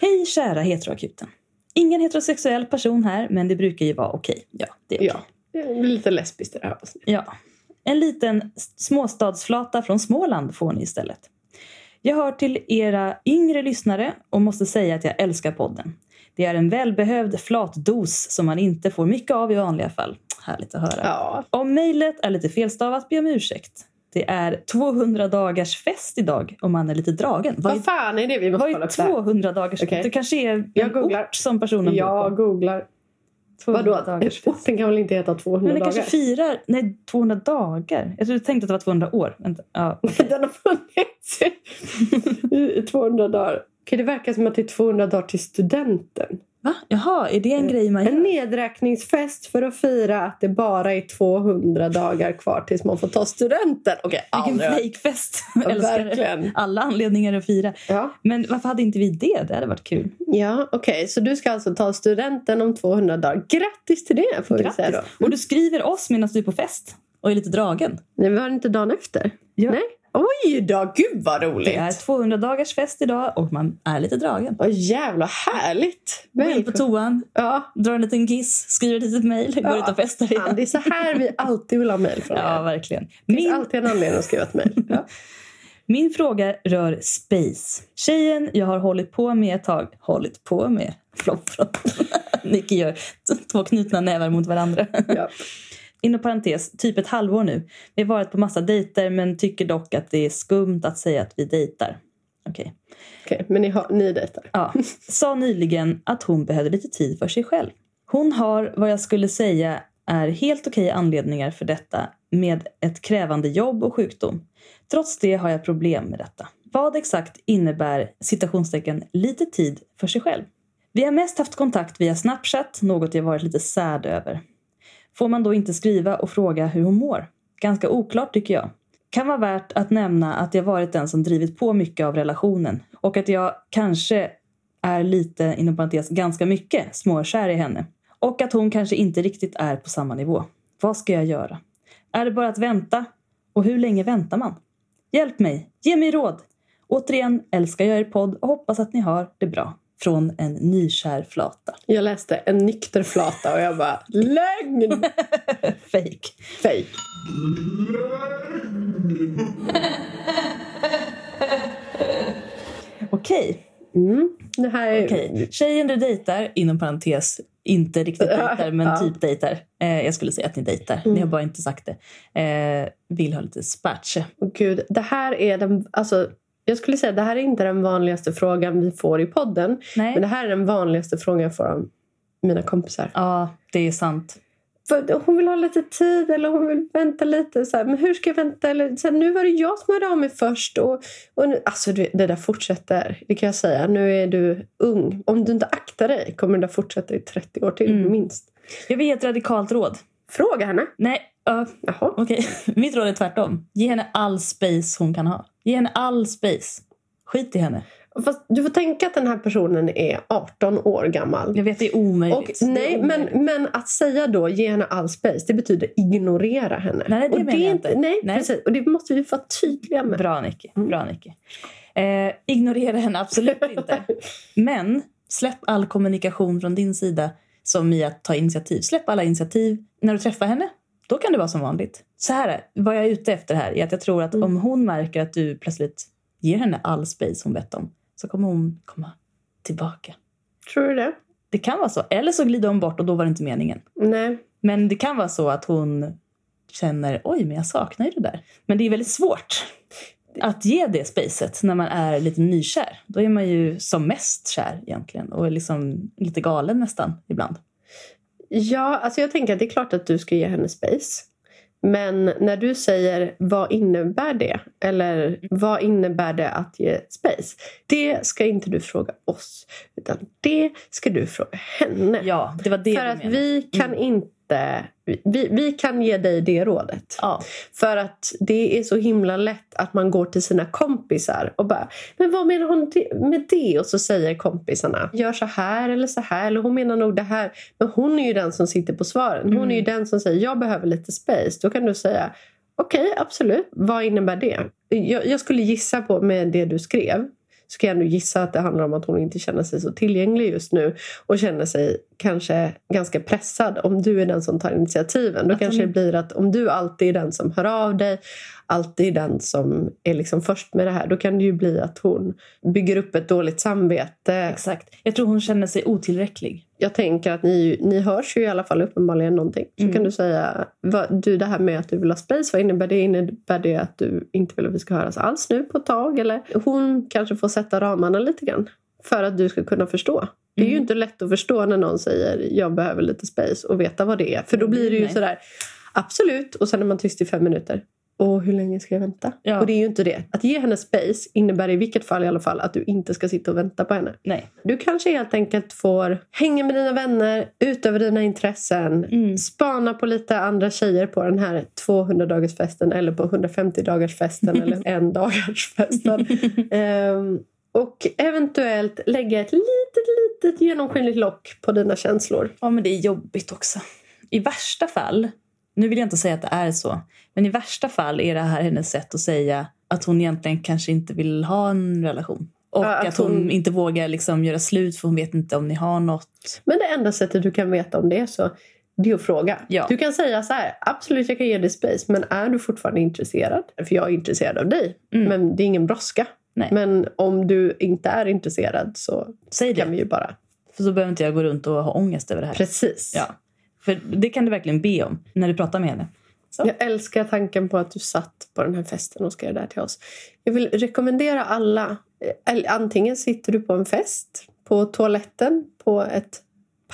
S1: Hej kära heteroakuten. Ingen heterosexuell person här, men det brukar ju vara okej. Ja, det är okej.
S2: Ja. Det blir lite lesbiskt i det här avsnittet.
S1: Ja. En liten s- småstadsflata från Småland får ni istället. Jag hör till era yngre lyssnare och måste säga att jag älskar podden. Det är en välbehövd flatdos som man inte får mycket av i vanliga fall. Härligt att höra.
S2: Ja.
S1: Om mejlet är lite felstavat ber jag om ursäkt. Det är 200 dagars fest idag om man är lite dragen. Vad
S2: Vad
S1: är,
S2: fan är det? Vi måste
S1: vad
S2: kolla
S1: är
S2: upp det här.
S1: 200 dagars
S2: Okej.
S1: Det kanske är en
S2: Jag googlar.
S1: ort som personen bor på.
S2: Jag googlar.
S1: 200
S2: Vadå?
S1: dagars fest.
S2: Orten kan väl inte heta 200
S1: Men det
S2: dagar?
S1: kanske firar... Nej, 200 dagar. Jag trodde du tänkte att det var 200 år. Vänta, ja.
S2: Den har funnits i i 200 dagar. Okej, det verkar som att det är 200 dagar till studenten.
S1: Va? Jaha, är det en grej man
S2: En
S1: gör?
S2: nedräkningsfest för att fira att det bara är 200 dagar kvar tills man får ta studenten. Okej,
S1: Vilken
S2: aldrig hört.
S1: fejkfest!
S2: Ja,
S1: Älskar det.
S2: Verkligen.
S1: Alla anledningar att fira.
S2: Ja,
S1: Men varför hade inte vi det? Det hade varit kul.
S2: ja okej. Så du ska alltså ta studenten om 200 dagar. Grattis till det får vi säga då.
S1: Och du skriver oss medan du är på fest och är lite dragen.
S2: Nej, var det inte dagen efter?
S1: Ja.
S2: Nej. Oj då, gud vad
S1: Det är
S2: roligt!
S1: 200 dagars fest idag och man är lite dragen.
S2: Vad jävla härligt!
S1: Går in på
S2: Välkom-
S1: toan,
S2: Ja,
S1: drar en liten kiss, skriver ett litet mejl, går
S2: Ja.
S1: ut och festar
S2: fan,
S1: igen.
S2: det är så här vi alltid vill ha mejl från er.
S1: Ja, verkligen.
S2: Det är
S1: Min
S2: alltid en anledning att skriva ett mejl. Ja.
S1: Min fråga rör space. Tjejen jag har hållit på med ett tag... Hållit på med? Flopp, flopp. Nicky gör t- två knutna nävar mot varandra.
S2: Ja.
S1: Inom parentes, typ ett halvår nu. Vi har varit på massa dejter men tycker dock att det är skumt att säga att vi dejtar. Okej.
S2: Okej, men ni, har, ni dejtar?
S1: Ja, sa nyligen att hon behövde lite tid för sig själv. Hon har vad jag skulle säga är helt okej anledningar för detta med ett krävande jobb och sjukdom. Trots det har jag problem med detta. Vad exakt innebär citationstecken lite tid för sig själv? Vi har mest haft kontakt via Snapchat, något jag varit lite särd över. Får man då inte skriva och fråga hur hon mår? Ganska oklart tycker jag. Kan vara värt att nämna att jag varit den som drivit på mycket av relationen och att jag kanske är lite, inom parentes, ganska mycket småkär i henne. Och att hon kanske inte riktigt är på samma nivå. Vad ska jag göra? Är det bara att vänta? Och hur länge väntar man? Hjälp mig! Ge mig råd! Återigen älskar jag er podd och hoppas att ni har det bra. Från en nykär flata.
S2: Jag läste en nykter flata och jag bara lögn!
S1: Fake.
S2: Fej.
S1: Okej.
S2: Mm. Det här är...
S1: Okej, tjejen du dejtar, inom parentes, inte riktigt dejtar men
S2: Ja.
S1: typ dejtar. Eh, jag skulle säga att ni dejtar, ni har bara inte sagt det. Eh, vill ha lite spatch.
S2: Åh, Gud, det här är den... Alltså, jag skulle säga det här är inte den vanligaste frågan vi får i podden.
S1: Nej,
S2: Men det här är den vanligaste frågan jag får av mina kompisar.
S1: ja det är sant.
S2: För hon vill ha lite tid eller hon vill vänta lite. Så här, men hur ska jag vänta? Eller, så här, nu var det jag som hörde av mig först. Och, och nu, alltså du vet, det där fortsätter. Det kan jag säga. Nu är du ung. Om du inte aktar dig kommer det där fortsätta i 30 år till
S1: Mm.
S2: minst.
S1: Jag vill ge ett radikalt råd.
S2: Fråga henne.
S1: Nej, ja,
S2: Jaha.
S1: okej. Mitt råd är tvärtom. Ge henne all space hon kan ha. Ge henne all space. Skit i henne.
S2: Fast du får tänka att den här personen är 18 år gammal.
S1: Jag vet det är omöjligt.
S2: Och,
S1: Det är
S2: nej,
S1: omöjligt.
S2: men, men att säga då ge henne all space, det betyder ignorera henne.
S1: Nej, det
S2: och
S1: menar jag
S2: är
S1: inte.
S2: Nej,
S1: Nej.
S2: precis. Och det måste vi vara tydliga med.
S1: Bra Nicky. Bra, Nicky. Eh, ignorera henne absolut inte. Men släpp all kommunikation från din sida som i att ta initiativ. Släpp alla initiativ. När du träffar henne, då kan det vara som vanligt. Så här är, vad jag är ute efter här är att jag tror att
S2: Mm.
S1: om hon märker att du plötsligt ger henne all space hon bett om så kommer hon komma tillbaka.
S2: Tror du det?
S1: Det kan vara så. Eller så glider hon bort och då var det inte meningen.
S2: Nej.
S1: Men det kan vara så att hon känner oj, men jag saknar ju det där. Men det är väldigt svårt att ge det spacet när man är lite nykär. Då är man ju som mest kär egentligen och är liksom lite galen nästan ibland.
S2: Ja, alltså jag tänker att det är klart att du ska ge henne space. Men när du säger vad innebär det? Eller vad innebär det att ge space? Det ska inte du fråga oss. Utan det ska du fråga henne.
S1: Ja, det var det du
S2: För
S1: Mm.
S2: att
S1: menade.
S2: vi kan inte... Vi, vi kan ge dig det rådet.
S1: Ja.
S2: För att det är så himla lätt att man går till sina kompisar och bara Men vad menar hon det- med det? Och så säger kompisarna Gör så här eller så här eller hon menar nog det här. Men hon är ju den som sitter på svaren. Hon är ju
S1: Mm.
S2: den som säger jag behöver lite space. Då kan du säga Okej, absolut. Vad innebär det? Jag, jag skulle gissa på med det du skrev så kan jag nu gissa att det handlar om att hon inte känner sig så tillgänglig just nu och känner sig kanske ganska pressad om du är den som tar initiativen. Då
S1: Att
S2: kanske
S1: hon-
S2: det blir att om du alltid är den som hör av dig, alltid är den som är liksom först med det här, då kan det ju bli att hon bygger upp ett dåligt samvete.
S1: Exakt. Jag tror hon känner sig otillräcklig.
S2: Jag tänker att ni, ni hörs ju i alla fall uppenbarligen någonting. Så
S1: Mm.
S2: kan du säga, vad, du det här med att du vill ha space, vad innebär det? Innebär det att du inte vill att vi ska höras alls nu på ett tag? Eller hon kanske får sätta ramarna lite grann för att du ska kunna förstå. Det är ju
S1: Mm.
S2: inte lätt att förstå när någon säger jag behöver lite space och veta vad det är. För då blir det ju
S1: Nej.
S2: sådär absolut och sen är man tyst i fem minuter. Och hur länge ska jag vänta?
S1: Ja.
S2: Och det är ju inte det. Att ge henne space innebär i vilket fall i alla fall att du inte ska sitta och vänta på henne.
S1: Nej.
S2: Du kanske helt enkelt får hänga med dina vänner, utöva dina intressen,
S1: Mm.
S2: spana på lite andra tjejer på den här 200-dagarsfesten eller på 150-dagarsfesten eller en dagarsfesten. Ehm, och eventuellt lägga ett litet, litet genomskinligt lock på dina känslor.
S1: Ja, men det är jobbigt också. I värsta fall, nu vill jag inte säga att det är så, men i värsta fall är det här hennes sätt att säga att hon egentligen kanske inte vill ha en relation. Och
S2: Ja,
S1: att,
S2: att
S1: hon...
S2: hon-
S1: inte vågar liksom göra slut för hon vet inte om ni har något.
S2: Men det enda sättet du kan veta om det är så det är att fråga.
S1: Ja.
S2: Du kan säga så här, absolut jag kan ge dig space men är du fortfarande intresserad? För jag är intresserad av dig,
S1: Mm.
S2: men det är ingen brådska.
S1: Nej.
S2: Men om du inte är intresserad så
S1: Säg
S2: kan vi
S1: det,
S2: ju bara...
S1: för så behöver inte jag gå runt och ha ångest över det här.
S2: Precis.
S1: Ja. För det kan du verkligen be om när du pratar med henne. Så.
S2: Jag älskar tanken på att du satt på den här festen och skrev det här till oss. Jag vill rekommendera alla. eh, eller Antingen sitter du på en fest, på toaletten, på ett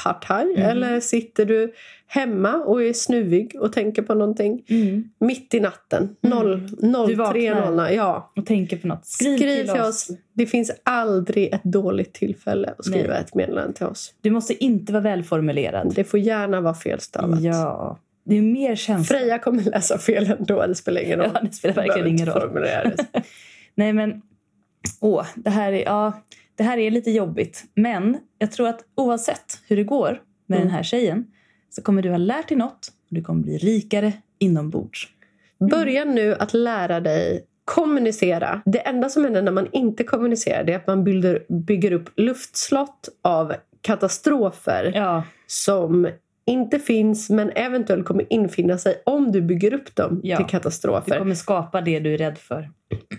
S2: partaj.
S1: Mm.
S2: Eller sitter du hemma och är snuvig och tänker på någonting.
S1: Mm.
S2: Mitt i natten. noll-
S1: Du vaknar.
S2: 03.00. Ja.
S1: Och tänker på något. Skriv,
S2: Skriv
S1: till oss.
S2: Det finns aldrig ett dåligt tillfälle att skriva
S1: Nej.
S2: ett meddelande till oss.
S1: Du måste inte vara välformulerad.
S2: Det får gärna vara felstavat.
S1: Ja. Det är mer känsla.
S2: Freja kommer läsa fel ändå. Det spelar ingen roll.
S1: Ja, det spelar
S2: Du behöver
S1: verkligen ingen
S2: inte
S1: roll.
S2: formulera det.
S1: Nej men, åh, det här är, ja, det här är lite jobbigt. Men jag tror att oavsett hur det går med
S2: Mm.
S1: den här tjejen så kommer du ha lärt dig något och du kommer bli rikare inombords.
S2: Börja nu att lära dig kommunicera. Det enda som händer när man inte kommunicerar det är att man bygger, bygger upp luftslott av katastrofer
S1: Ja,
S2: som inte finns men eventuellt kommer infinna sig om du bygger upp dem
S1: Ja.
S2: till
S1: du
S2: katastrofer.
S1: kommer skapa det du är rädd för.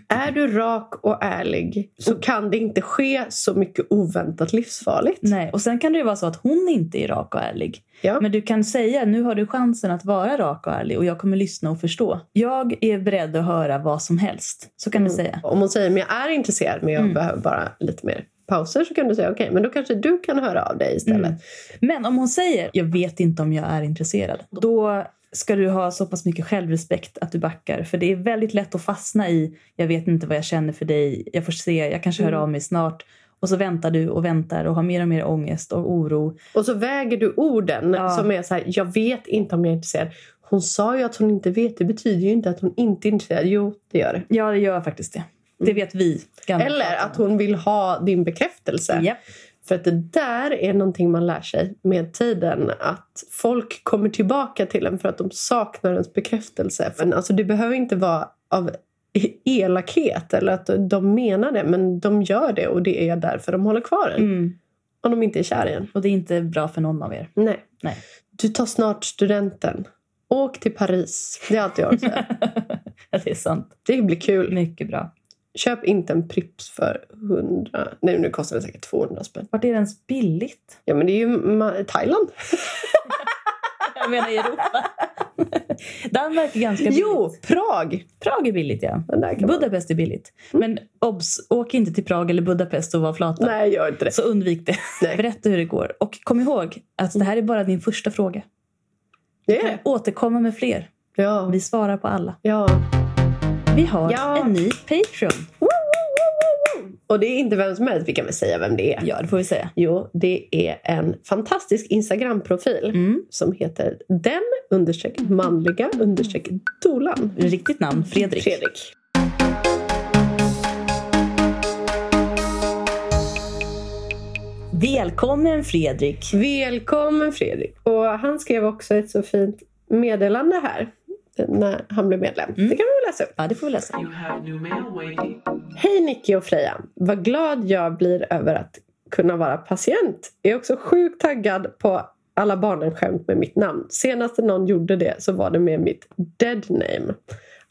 S2: Är du rak och ärlig så kan det inte ske så mycket oväntat livsfarligt.
S1: Nej, och sen kan det ju vara så att hon inte är rak och ärlig.
S2: Ja.
S1: Men du kan säga, nu har du chansen att vara rak och ärlig och jag kommer lyssna och förstå. Jag är beredd att höra vad som helst. Så kan du säga.
S2: Mm. Om hon säger men jag är intresserad men jag
S1: Mm.
S2: behöver bara lite mer pauser så kan du säga okej men då kanske du kan höra av dig istället.
S1: Mm. Men om hon säger jag vet inte om jag är intresserad, då ska du ha så pass mycket självrespekt att du backar. För det är väldigt lätt att fastna i jag vet inte vad jag känner för dig, jag får se, jag kanske hör
S2: Mm.
S1: av mig snart. Och så väntar du och väntar och har mer och mer ångest och oro.
S2: Och så väger du orden
S1: Ja.
S2: som är så här, jag vet inte om jag är intresserad. Hon sa ju att hon inte vet, det betyder ju inte att hon inte är intresserad. Jo, det gör det.
S1: Ja, det gör faktiskt det. Det vet vi. gamla
S2: Eller
S1: pratar.
S2: att hon vill ha din bekräftelse.
S1: Japp.
S2: För att det där är någonting man lär sig med tiden. Att folk kommer tillbaka till en för att de saknar ens bekräftelse. Men alltså, det behöver inte vara av e-, elakhet eller att de menar det. Men de gör det och det är därför de håller kvar en.
S1: Mm.
S2: Om de inte är kära igen.
S1: Och det är inte bra för någon av er.
S2: Nej.
S1: Nej.
S2: Du tar snart studenten. Åk till Paris. Det är allt jag har att säga.
S1: Ja, det är sant.
S2: Det blir kul.
S1: Mycket bra.
S2: Köp inte en Pripps för 100... Nej, nu kostar den säkert 200 spänn.
S1: Vart är det ens billigt?
S2: Ja, men det är ju ma- Thailand.
S1: Jag menar i Europa. Danmark är ganska billigt.
S2: Jo, Prag!
S1: Prag är billigt, ja.
S2: Den där kan man...
S1: Budapest är billigt. Men obs, åk inte till Prag eller Budapest och var flata.
S2: Mm. Nej, gör inte det.
S1: Så undvik det.
S2: Nej.
S1: Berätta hur det går. Och kom ihåg att det här är bara din första fråga.
S2: Det är det.
S1: Återkomma med fler.
S2: Ja.
S1: Vi svarar på alla.
S2: ja.
S1: Vi har
S2: Ja.
S1: en ny Patreon.
S2: Och det är inte vem som helst. Vi kan väl säga vem det är?
S1: Ja, det får vi säga.
S2: Jo, det är en fantastisk Instagram-profil
S1: Mm.
S2: som heter den understreck manliga understreck dolan.
S1: Riktigt namn, Fredrik.
S2: Fredrik.
S1: Välkommen Fredrik!
S2: Välkommen Fredrik. Och han skrev också ett så fint meddelande här när han blev medlem.
S1: Mm.
S2: Det kan vi väl läsa upp.
S1: Ja, det får vi läsa.
S4: You have new mail waiting.
S2: Hej Nicky och Freja. Vad glad jag blir över att kunna vara patient. Jag är också sjukt taggad på alla barnen-skämt med mitt namn. Senast någon gjorde det så var det med mitt dead name.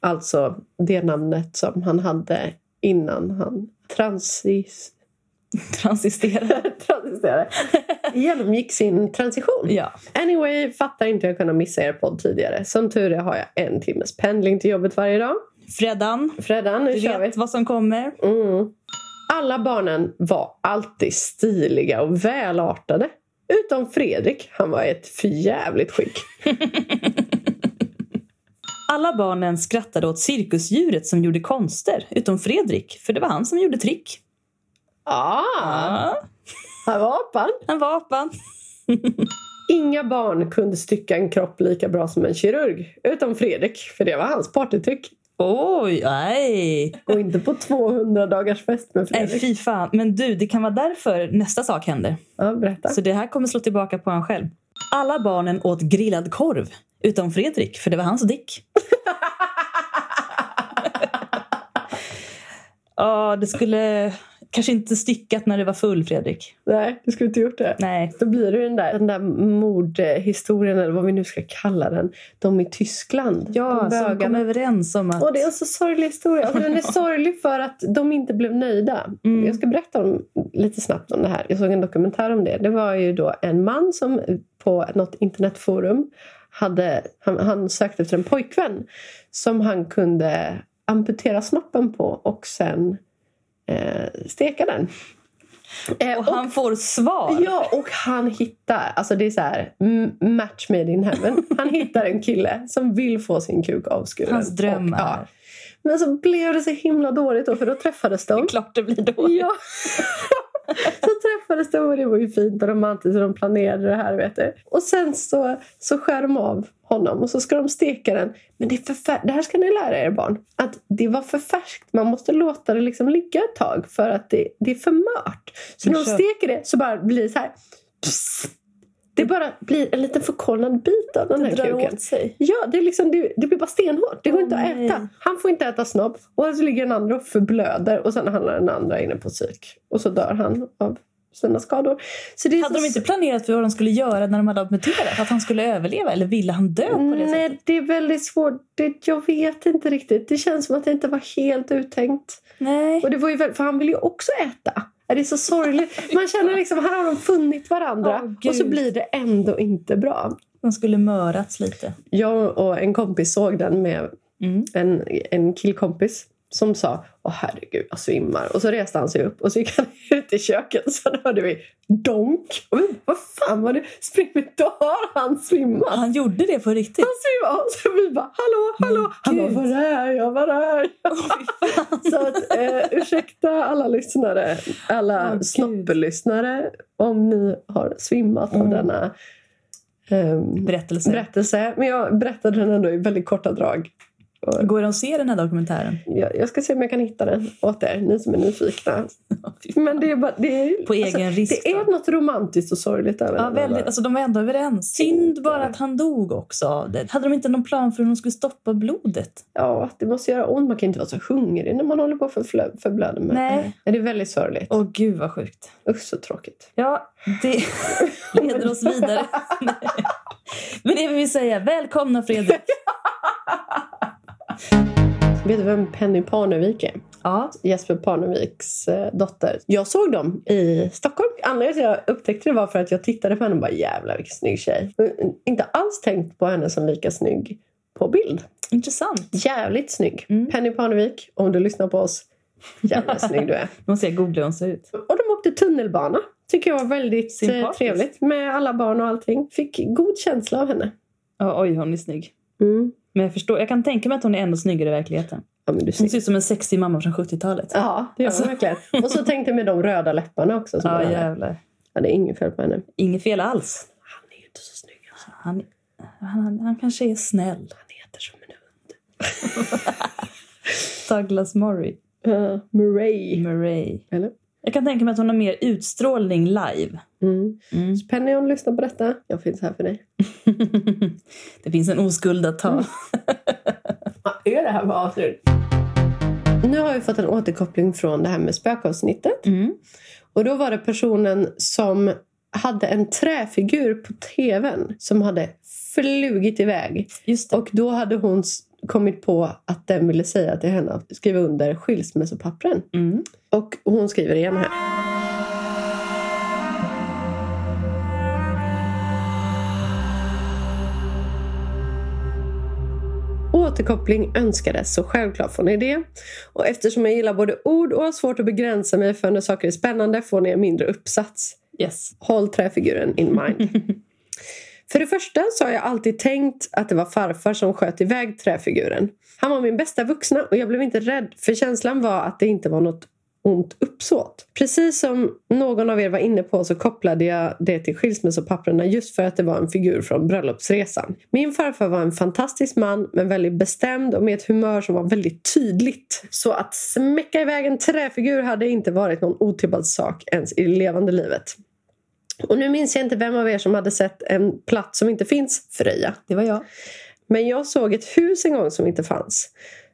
S2: Alltså det namnet som han hade innan han transis...
S1: Transistera.
S2: transisterade. Genomgick sin transition.
S1: Ja.
S2: Anyway, fattar inte hur jag kunde missa er podd tidigare. Som tur är har jag en timmes pendling till jobbet varje dag.
S1: Freddan,
S2: Freddan, nu
S1: du
S2: kör vi.
S1: vet vad som kommer.
S2: Mm. Alla barnen var alltid stiliga och välartade. Utom Fredrik. Han var i ett förjävligt skick.
S1: Alla barnen skrattade åt cirkusdjuret som gjorde konster, utom Fredrik, för det var han som gjorde trick.
S2: Ah,
S1: Ja,
S2: här var apan.
S1: han var apan.
S2: Inga barn kunde stycka en kropp lika bra som en kirurg. Utom Fredrik, för det var hans partytrick.
S1: Oj, nej.
S2: Gå inte på 200 dagars fest med
S1: Nej,
S2: Fredrik.
S1: fy fan. Men du, det kan vara därför nästa sak händer.
S2: Ja, berätta.
S1: Så det här kommer slå tillbaka på en själv. Alla barnen åt grillad korv, utom Fredrik, för det var hans dick. Ja, det skulle kanske inte styckat när du var full, Fredrik.
S2: Nej, du skulle inte gjort det.
S1: Nej.
S2: Då blir det den där, den där mordhistorien, eller vad vi nu ska kalla den. De i Tyskland.
S1: Ja,
S2: de
S1: som kom
S2: bögarna.
S1: överens om att...
S2: Och det är en så sorglig historia. Alltså, den är sorglig för att de inte blev nöjda.
S1: Mm.
S2: Jag ska berätta om, lite snabbt om det här. Jag såg en dokumentär om det. Det var ju då en man som på något internetforum hade, han, han sökte efter en pojkvän som han kunde amputera snoppen på och sen eh, steka den. Eh,
S1: Och han får svar.
S2: Ja, och han hittar... Alltså det är så här, m- match made in heaven. Han hittar en kille som vill få sin kuk avskuren.
S1: Hans dröm
S2: Och, ja.
S1: är...
S2: Men så blev det så himla dåligt då, för då träffades de.
S1: Klart det blir då.
S2: Ja. så träffades de och det var ju fint och romantiskt och de planerade det här. Vet du. Och sen så, så skär de av honom och så ska de steka den. Men det, är för fär- det här ska ni lära er barn. Att det var för färskt. Man måste låta det liksom ligga ett tag för att det, det är för mört. Så när de
S1: Kör.
S2: steker det så bara blir det så här. Det bara blir en liten förkolnad bit av den här kuken.
S1: sig.
S2: Ja, det, är liksom, det, det blir bara stenhårt. Det går
S1: Åh,
S2: inte att
S1: nej.
S2: äta. Han får inte äta snopp. Och så ligger den andra och förblöder. Och sen hamnar den andra inne på psyk. Och så dör han av sina skador. Så det är
S1: Hade
S2: så...
S1: de inte planerat för vad de skulle göra när de hade amputerat? Att han skulle överleva? Eller ville han dö på det sättet?
S2: Nej, det är väldigt svårt. Det, jag vet inte riktigt. Det känns som att det inte var helt uttänkt.
S1: Nej.
S2: Och det var ju väl, för han ville ju också äta. Ja, Det är så sorgligt. Man känner liksom, här har de funnit varandra.
S1: Åh,
S2: och så
S1: Gud.
S2: blir det ändå inte bra.
S1: De skulle mörats lite.
S2: Jag och en kompis såg den med
S1: Mm.
S2: en, en killkompis som sa Åh herregud, jag svimmar. Och så reste han sig upp och så gick han ut i köket. Sen hörde vi donk. Och vi, vad fan var det? Spring ut, då har han svimmat.
S1: Han gjorde det på riktigt.
S2: Han svimmade. Och så vi bara hallå, hallå. Han bara
S1: Gud.
S2: var är jag, var är jag? så att eh, ursäkta alla lyssnare, alla
S1: Åh, Gud.
S2: snoppelyssnare om ni har svimmat av
S1: Mm.
S2: denna ehm,
S1: Berättelse.
S2: berättelse. Men jag berättade den ändå i väldigt korta drag. Och
S1: Går de att se den här dokumentären?
S2: jag, jag ska se om jag kan hitta den åt er, ni som är nyfikna. Men det är bara... Det är, alltså,
S1: På egen risk
S2: Det är
S1: då?
S2: något romantiskt och sorgligt över
S1: Ja,
S2: den,
S1: väldigt,
S2: eller?
S1: alltså, de var ändå överens. Synd bara att han dog också av det. Hade de inte någon plan för hur de skulle stoppa blodet?
S2: Ja, det måste göra ont. Man kan inte vara så hungrig när man håller på för flö- för blöd. Men
S1: Nej.
S2: Ja, det är väldigt sorgligt.
S1: Åh gud vad sjukt.
S2: Usch, så tråkigt.
S1: Ja, det leder oss vidare. Nej. Men det vill vi säga. Välkomna Fredrik.
S2: Vet du vem Penny Parnevik är?
S1: Ja.
S2: Jesper Parneviks eh, dotter. Jag såg dem i Stockholm. Anledningen till att jag upptäckte det var för att jag tittade på henne och bara jävlar vilken snygg tjej. Men Inte alls tänkt på henne som lika snygg på bild.
S1: Intressant.
S2: Jävligt snygg.
S1: Mm.
S2: Penny Parnevik, om du lyssnar på oss. Jävla snygg du är.
S1: Nu måste jag googla hur hon ser ut.
S2: Och de åkte tunnelbana. Tycker jag var väldigt eh,
S1: Sympatiskt.
S2: trevligt. Med alla barn och allting. Fick god känsla av henne. Mm.
S1: Ja, oj, hon är snygg. Men jag förstår, jag kan tänka mig att hon är ändå snyggare i verkligheten.
S2: Ja, men
S1: Hon
S2: du ser.
S1: ser ut som en sexig mamma från 70-talet.
S2: Mm. Ja, det gör
S1: Alltså.
S2: hon verkligen. Och så tänkte jag med de röda läpparna också. Som
S1: Ja,
S2: hon hade.
S1: jävlar.
S2: ja, det är inget fel på henne.
S1: Inget fel alls.
S2: Han är ju inte så snygg. Alltså.
S1: Han, han, han kanske är snäll.
S2: Han heter som en hund.
S1: Douglas Murray.
S2: Uh, Murray.
S1: Murray.
S2: Eller?
S1: Jag kan tänka mig att hon har mer utstrålning live.
S2: Mm.
S1: Mm.
S2: Så Penny, om du lyssnar på detta, jag finns här för dig.
S1: det finns en oskuld att ta.
S2: Vad är det här för avsnitt? Nu har vi fått en återkoppling från det här med spökavsnittet.
S1: Mm.
S2: Och då var det personen som hade en träfigur på tvn som hade flugit iväg.
S1: Just det.
S2: Och då hade hon s- kommit på att den ville säga till henne att skriva under skilsmässopappren.
S1: Mm.
S2: Och hon skriver igen här. Återkoppling önskades så självklart får ni det. Och eftersom jag gillar både ord och har svårt att begränsa mig för när saker är spännande får ni en mindre uppsats.
S1: Yes.
S2: Håll träfiguren in mind. För det första så har jag alltid tänkt att det var farfar som sköt iväg träfiguren. Han var min bästa vuxna och jag blev inte rädd för känslan var att det inte var något ont uppsåt. Precis som någon av er var inne på så kopplade jag det till skilsmässopapperna just för att det var en figur från bröllopsresan. Min farfar var en fantastisk man men väldigt bestämd och med ett humör som var väldigt tydligt. Så att smäcka iväg en träfigur hade inte varit någon otippad sak ens i det levande livet. Och nu minns jag inte vem av er som hade sett en plats som inte finns, Freja.
S1: Det var jag.
S2: Men jag såg ett hus en gång som inte fanns.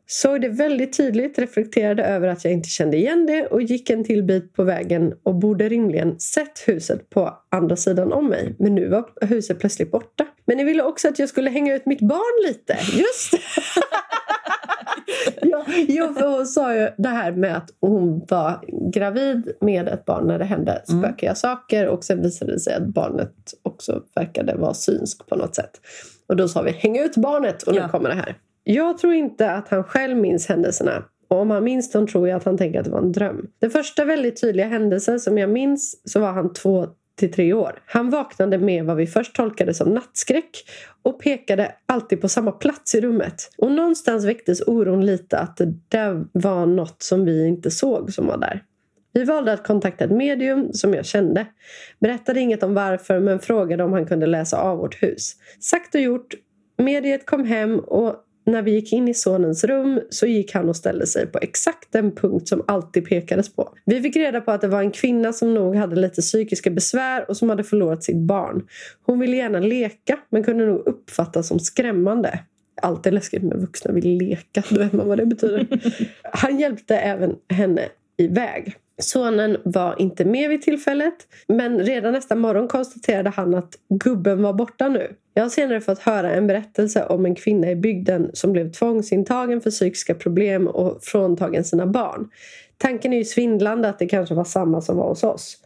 S2: Såg det väldigt tydligt, reflekterade över att jag inte kände igen det och gick en till bit på vägen och borde rimligen sett huset på andra sidan om mig. Men nu var huset plötsligt borta. Men ni ville också att jag skulle hänga ut mitt barn lite. Just det! ja, jo, för hon sa ju det här med att hon var gravid med ett barn när det hände
S1: Mm.
S2: spökiga saker och sen visade det sig att barnet också verkade vara synsk på något sätt. Och då sa vi häng ut barnet och nu
S1: Ja.
S2: kommer det här. Jag tror inte att han själv minns händelserna. Och om han minns dem tror jag att han tänker att det var en dröm. Den första väldigt tydliga händelsen som jag minns så var han två till tre år. Han vaknade med vad vi först tolkade som nattskräck och pekade alltid på samma plats i rummet. Och någonstans väcktes oron lite att det där var något som vi inte såg som var där. Vi valde att kontakta ett medium som jag kände. Berättade inget om varför men frågade om han kunde läsa av vårt hus. Sagt och gjort. Mediet kom hem och när vi gick in i sonens rum så gick han och ställde sig på exakt den punkt som alltid pekades på. Vi fick reda på att det var en kvinna som nog hade lite psykiska besvär och som hade förlorat sitt barn. Hon ville gärna leka men kunde nog uppfattas som skrämmande. Allt är läskigt med vuxna vill leka. Då vet man vad det betyder. Han hjälpte även henne iväg. Sonen var inte med vid tillfället men redan nästa morgon konstaterade han att gubben var borta nu. Jag har senare fått höra en berättelse om en kvinna i bygden som blev tvångsintagen för psykiska problem och fråntagen sina barn. Tanken är ju svindlande att det kanske var samma som var hos oss.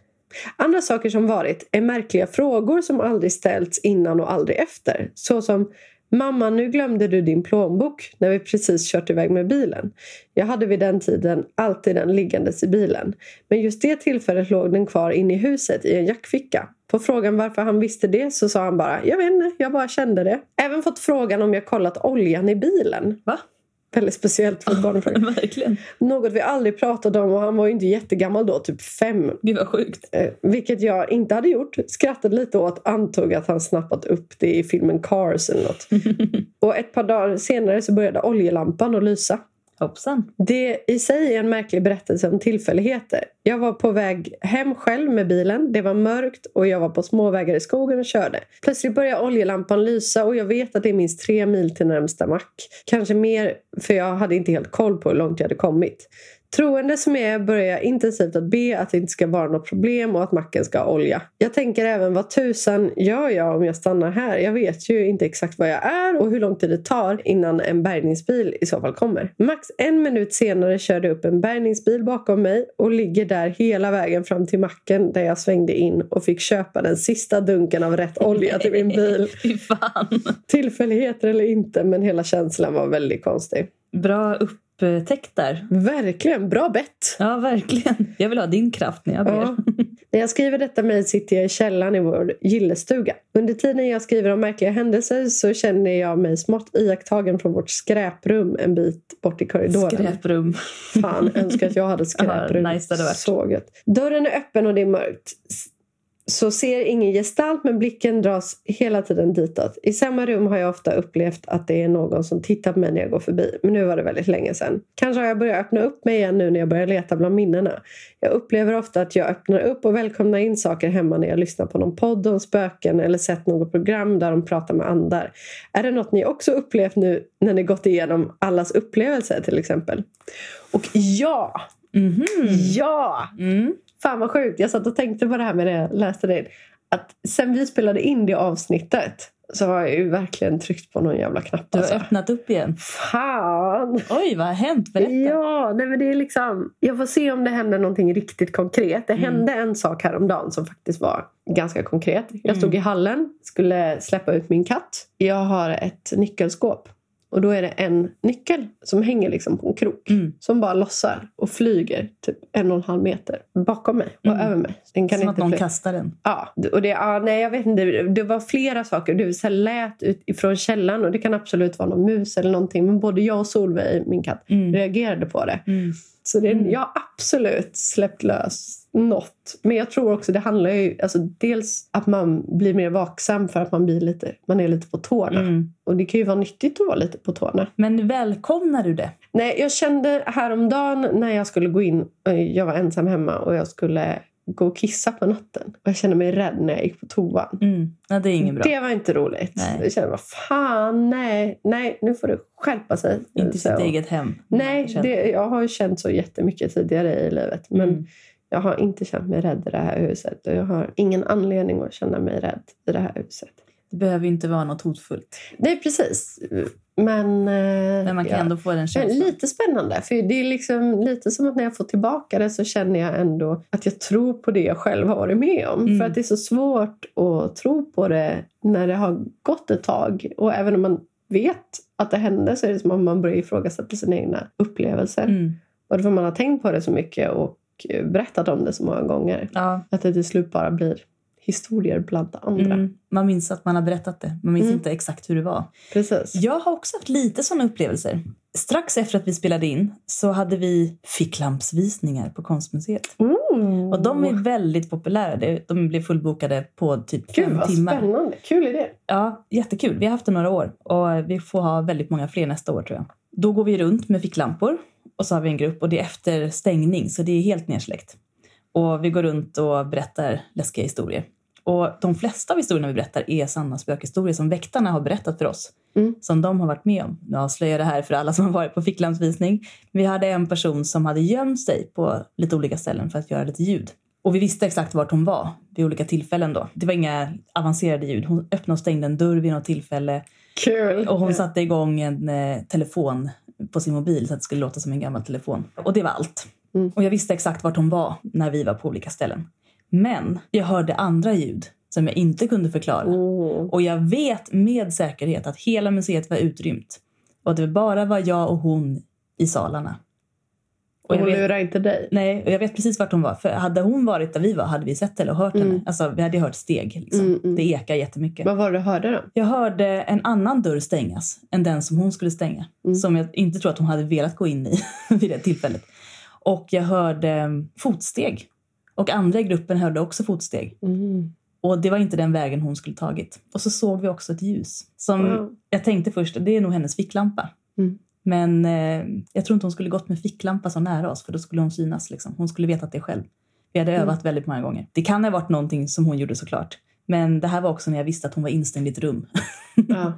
S2: Andra saker som varit är märkliga frågor som aldrig ställts innan och aldrig efter. Såsom Mamma, nu glömde du din plånbok när vi precis kört iväg med bilen. Jag hade vid den tiden alltid den liggandes i bilen. Men just det tillfället låg den kvar inne i huset i en jackficka. På frågan varför han visste det så sa han bara “Jag vet inte, jag bara kände det”. Även fått frågan om jag kollat oljan i bilen.
S1: Va?
S2: Väldigt speciellt för ett barnfråga.
S1: Verkligen.
S2: Något vi aldrig pratade om och han var ju inte jättegammal då, typ fem.
S1: Gud vad sjukt.
S2: Eh, vilket jag inte hade gjort. Skrattade lite åt, antog att han snappat upp det i filmen Cars eller något. och ett par dagar senare så började oljelampan att lysa.
S1: Hoppsan.
S2: Det i sig är en märklig berättelse om tillfälligheter. Jag var på väg hem själv med bilen. Det var mörkt och jag var på småvägar i skogen och körde. Plötsligt började oljelampan lysa och jag vet att det är minst tre mil till närmsta mack. Kanske mer, för jag hade inte helt koll på hur långt jag hade kommit. Troende som jag är börjar jag intensivt att be att det inte ska vara något problem och att macken ska ha olja. Jag tänker även vad tusan gör jag om jag stannar här? Jag vet ju inte exakt var jag är och hur lång tid det tar innan en bärgningsbil i så fall kommer. Max en minut senare körde upp en bärgningsbil bakom mig och ligger där hela vägen fram till macken där jag svängde in och fick köpa den sista dunken av rätt olja till min bil.
S1: Fy fan.
S2: Tillfälligheter eller inte, men hela känslan var väldigt konstig.
S1: Bra upptäckt där.
S2: Verkligen bra bett!
S1: Ja, verkligen. Jag vill ha din kraft när jag ber.
S2: Ja. När jag skriver detta mejl sitter jag i källaren i vår gillestuga. Under tiden jag skriver om märkliga händelser så känner jag mig smått iakttagen från vårt skräprum en bit bort i korridoren.
S1: Skräprum.
S2: Fan, önskar att jag hade skräprum.
S1: Ja, nice det hade varit.
S2: Så gött. Dörren är öppen och det är mörkt. Så ser ingen gestalt men blicken dras hela tiden ditåt. I samma rum har jag ofta upplevt att det är någon som tittar på mig när jag går förbi. Men nu var det väldigt länge sedan. Kanske har jag börjat öppna upp mig igen nu när jag börjar leta bland minnena. Jag upplever ofta att jag öppnar upp och välkomnar in saker hemma när jag lyssnar på någon podd om spöken eller sett något program där de pratar med andar. Är det något ni också upplevt nu när ni gått igenom allas upplevelser till exempel? Och ja!
S1: Mhm.
S2: Ja!
S1: Mm.
S2: Fan vad sjukt. Jag satt och tänkte på det här med det jag läste det. Att sen vi spelade in det avsnittet så har jag ju verkligen tryckt på någon jävla knapp.
S1: Du har
S2: Alltså.
S1: öppnat upp igen.
S2: Fan!
S1: Oj, vad har hänt? Berätta.
S2: Ja, nej men det är liksom... Jag får se om det händer någonting riktigt konkret. Det
S1: Mm.
S2: hände en sak häromdagen som faktiskt var ganska konkret.
S1: Mm.
S2: Jag stod i hallen, skulle släppa ut min katt. Jag har ett nyckelskåp. Och då är det en nyckel som hänger liksom på en krok
S1: Mm.
S2: som bara lossar och flyger typ en och en halv meter bakom mig och
S1: Mm.
S2: över mig. Den kan
S1: Som att
S2: inte
S1: någon
S2: flyga.
S1: kastar den.
S2: Ja, och det, ja, nej, jag vet inte. Det var flera saker. Det så här lät utifrån källan och det kan absolut vara någon mus eller någonting. Men både jag och Solveig, min katt,
S1: Mm.
S2: reagerade på det.
S1: Mm.
S2: Så det,
S1: Mm.
S2: jag har absolut släppt lös något. Men jag tror också det handlar ju alltså, dels att man blir mer vaksam för att man, blir lite, man är lite på tårna.
S1: Mm.
S2: Och det kan ju vara nyttigt att vara lite på tårna.
S1: Men välkomnar du det?
S2: Nej, jag kände häromdagen när jag skulle gå in, eh, jag var ensam hemma och jag skulle gå och kissa på natten. Och jag kände mig rädd när jag gick på toan.
S1: Mm. Ja, det är inget bra.
S2: Det var inte roligt.
S1: Nej.
S2: Jag kände bara, fan nej, nej, nu får du skärpa sig.
S1: Inte i
S2: Så-
S1: sitt eget hem.
S2: Nej,
S1: Känner-
S2: det, jag har ju känt så jättemycket tidigare i livet. Men
S1: Mm.
S2: jag har inte känt mig rädd i det här huset. Och jag har ingen anledning att känna mig rädd i det här huset.
S1: Det behöver ju inte vara något hotfullt.
S2: Nej, precis. Men... eh,
S1: Men man kan ändå få den
S2: Men
S1: känslan.
S2: lite spännande. För Det är liksom lite som att när jag får tillbaka det så känner jag ändå att jag tror på det jag själv har varit med om.
S1: Mm.
S2: För att det är så svårt att tro på det när det har gått ett tag. Och även om man vet att det hände så är det som om man börjar ifrågasätta sina egna upplevelser.
S1: Mm.
S2: Och för man har tänkt på det så mycket och eh, berättat om det så många gånger.
S1: Ja.
S2: Att det till slut bara blir historier bland andra.
S1: Mm. Man minns att man har berättat det. Man minns
S2: Mm.
S1: inte exakt hur det var.
S2: Precis.
S1: Jag har också haft lite sådana upplevelser. Strax efter att vi spelade in så hade vi ficklampsvisningar på Konstmuseet.
S2: Mm.
S1: Och de är väldigt populära. Det- De blev fullbokade på typ
S2: Gud
S1: fem
S2: vad
S1: timmar.
S2: spännande. Kul idé.
S1: Ja, jättekul. Vi har haft det några år och vi får ha väldigt många fler nästa år tror jag. Då går vi runt med ficklampor och så har vi en grupp och det är efter stängning så det är helt nersläckt. Och vi går runt och berättar läskiga historier. Och de flesta av historierna vi berättar är sanna spökhistorier som väktarna har berättat för oss.
S2: Mm.
S1: Som de har varit med om. Nu avslöjar jag det här för alla som har varit på ficklampsvisning. Vi hade en person som hade gömt sig på lite olika ställen för att göra lite ljud. Och vi visste exakt vart hon var vid olika tillfällen då. Det var inga avancerade ljud. Hon öppnade och stängde en dörr vid något tillfälle.
S2: Kul.
S1: Och hon
S2: Ja.
S1: satte igång en eh, telefon på sin mobil så att det skulle låta som en gammal telefon. Och det var allt.
S2: Mm.
S1: Och jag visste exakt vart hon var när vi var på olika ställen. Men jag hörde andra ljud som jag inte kunde förklara.
S2: Mm.
S1: Och jag vet med säkerhet att hela museet var utrymt. Och att det bara var jag och hon i salarna.
S2: Och
S1: jag
S2: hon
S1: vet-
S2: lurar inte dig.
S1: Nej, och jag vet precis vart hon var. För hade hon varit där vi var hade vi sett eller hört henne.
S2: Mm.
S1: Alltså vi hade hört steg. Liksom.
S2: Mm, mm.
S1: Det ekar jättemycket.
S2: Vad var det du hörde då?
S1: Jag hörde en annan dörr stängas än den som hon skulle stänga.
S2: Mm.
S1: Som jag inte tror att hon hade velat gå in i vid det tillfället. Och jag hörde eh, fotsteg. Och andra i gruppen hörde också fotsteg. Mm. Och det var inte den vägen hon skulle tagit. Och så såg vi också ett ljus. Som
S2: Wow.
S1: jag tänkte först, det är nog hennes ficklampa.
S2: Mm.
S1: Men eh, jag tror inte hon skulle gått med ficklampa så nära oss för då skulle hon synas. Liksom. Hon skulle vetat det själv. Vi hade
S2: Mm.
S1: övat väldigt många gånger. Det kan ha varit någonting som hon gjorde såklart. Men det här var också när jag visste att hon var instängd i ett rum.
S2: Ja.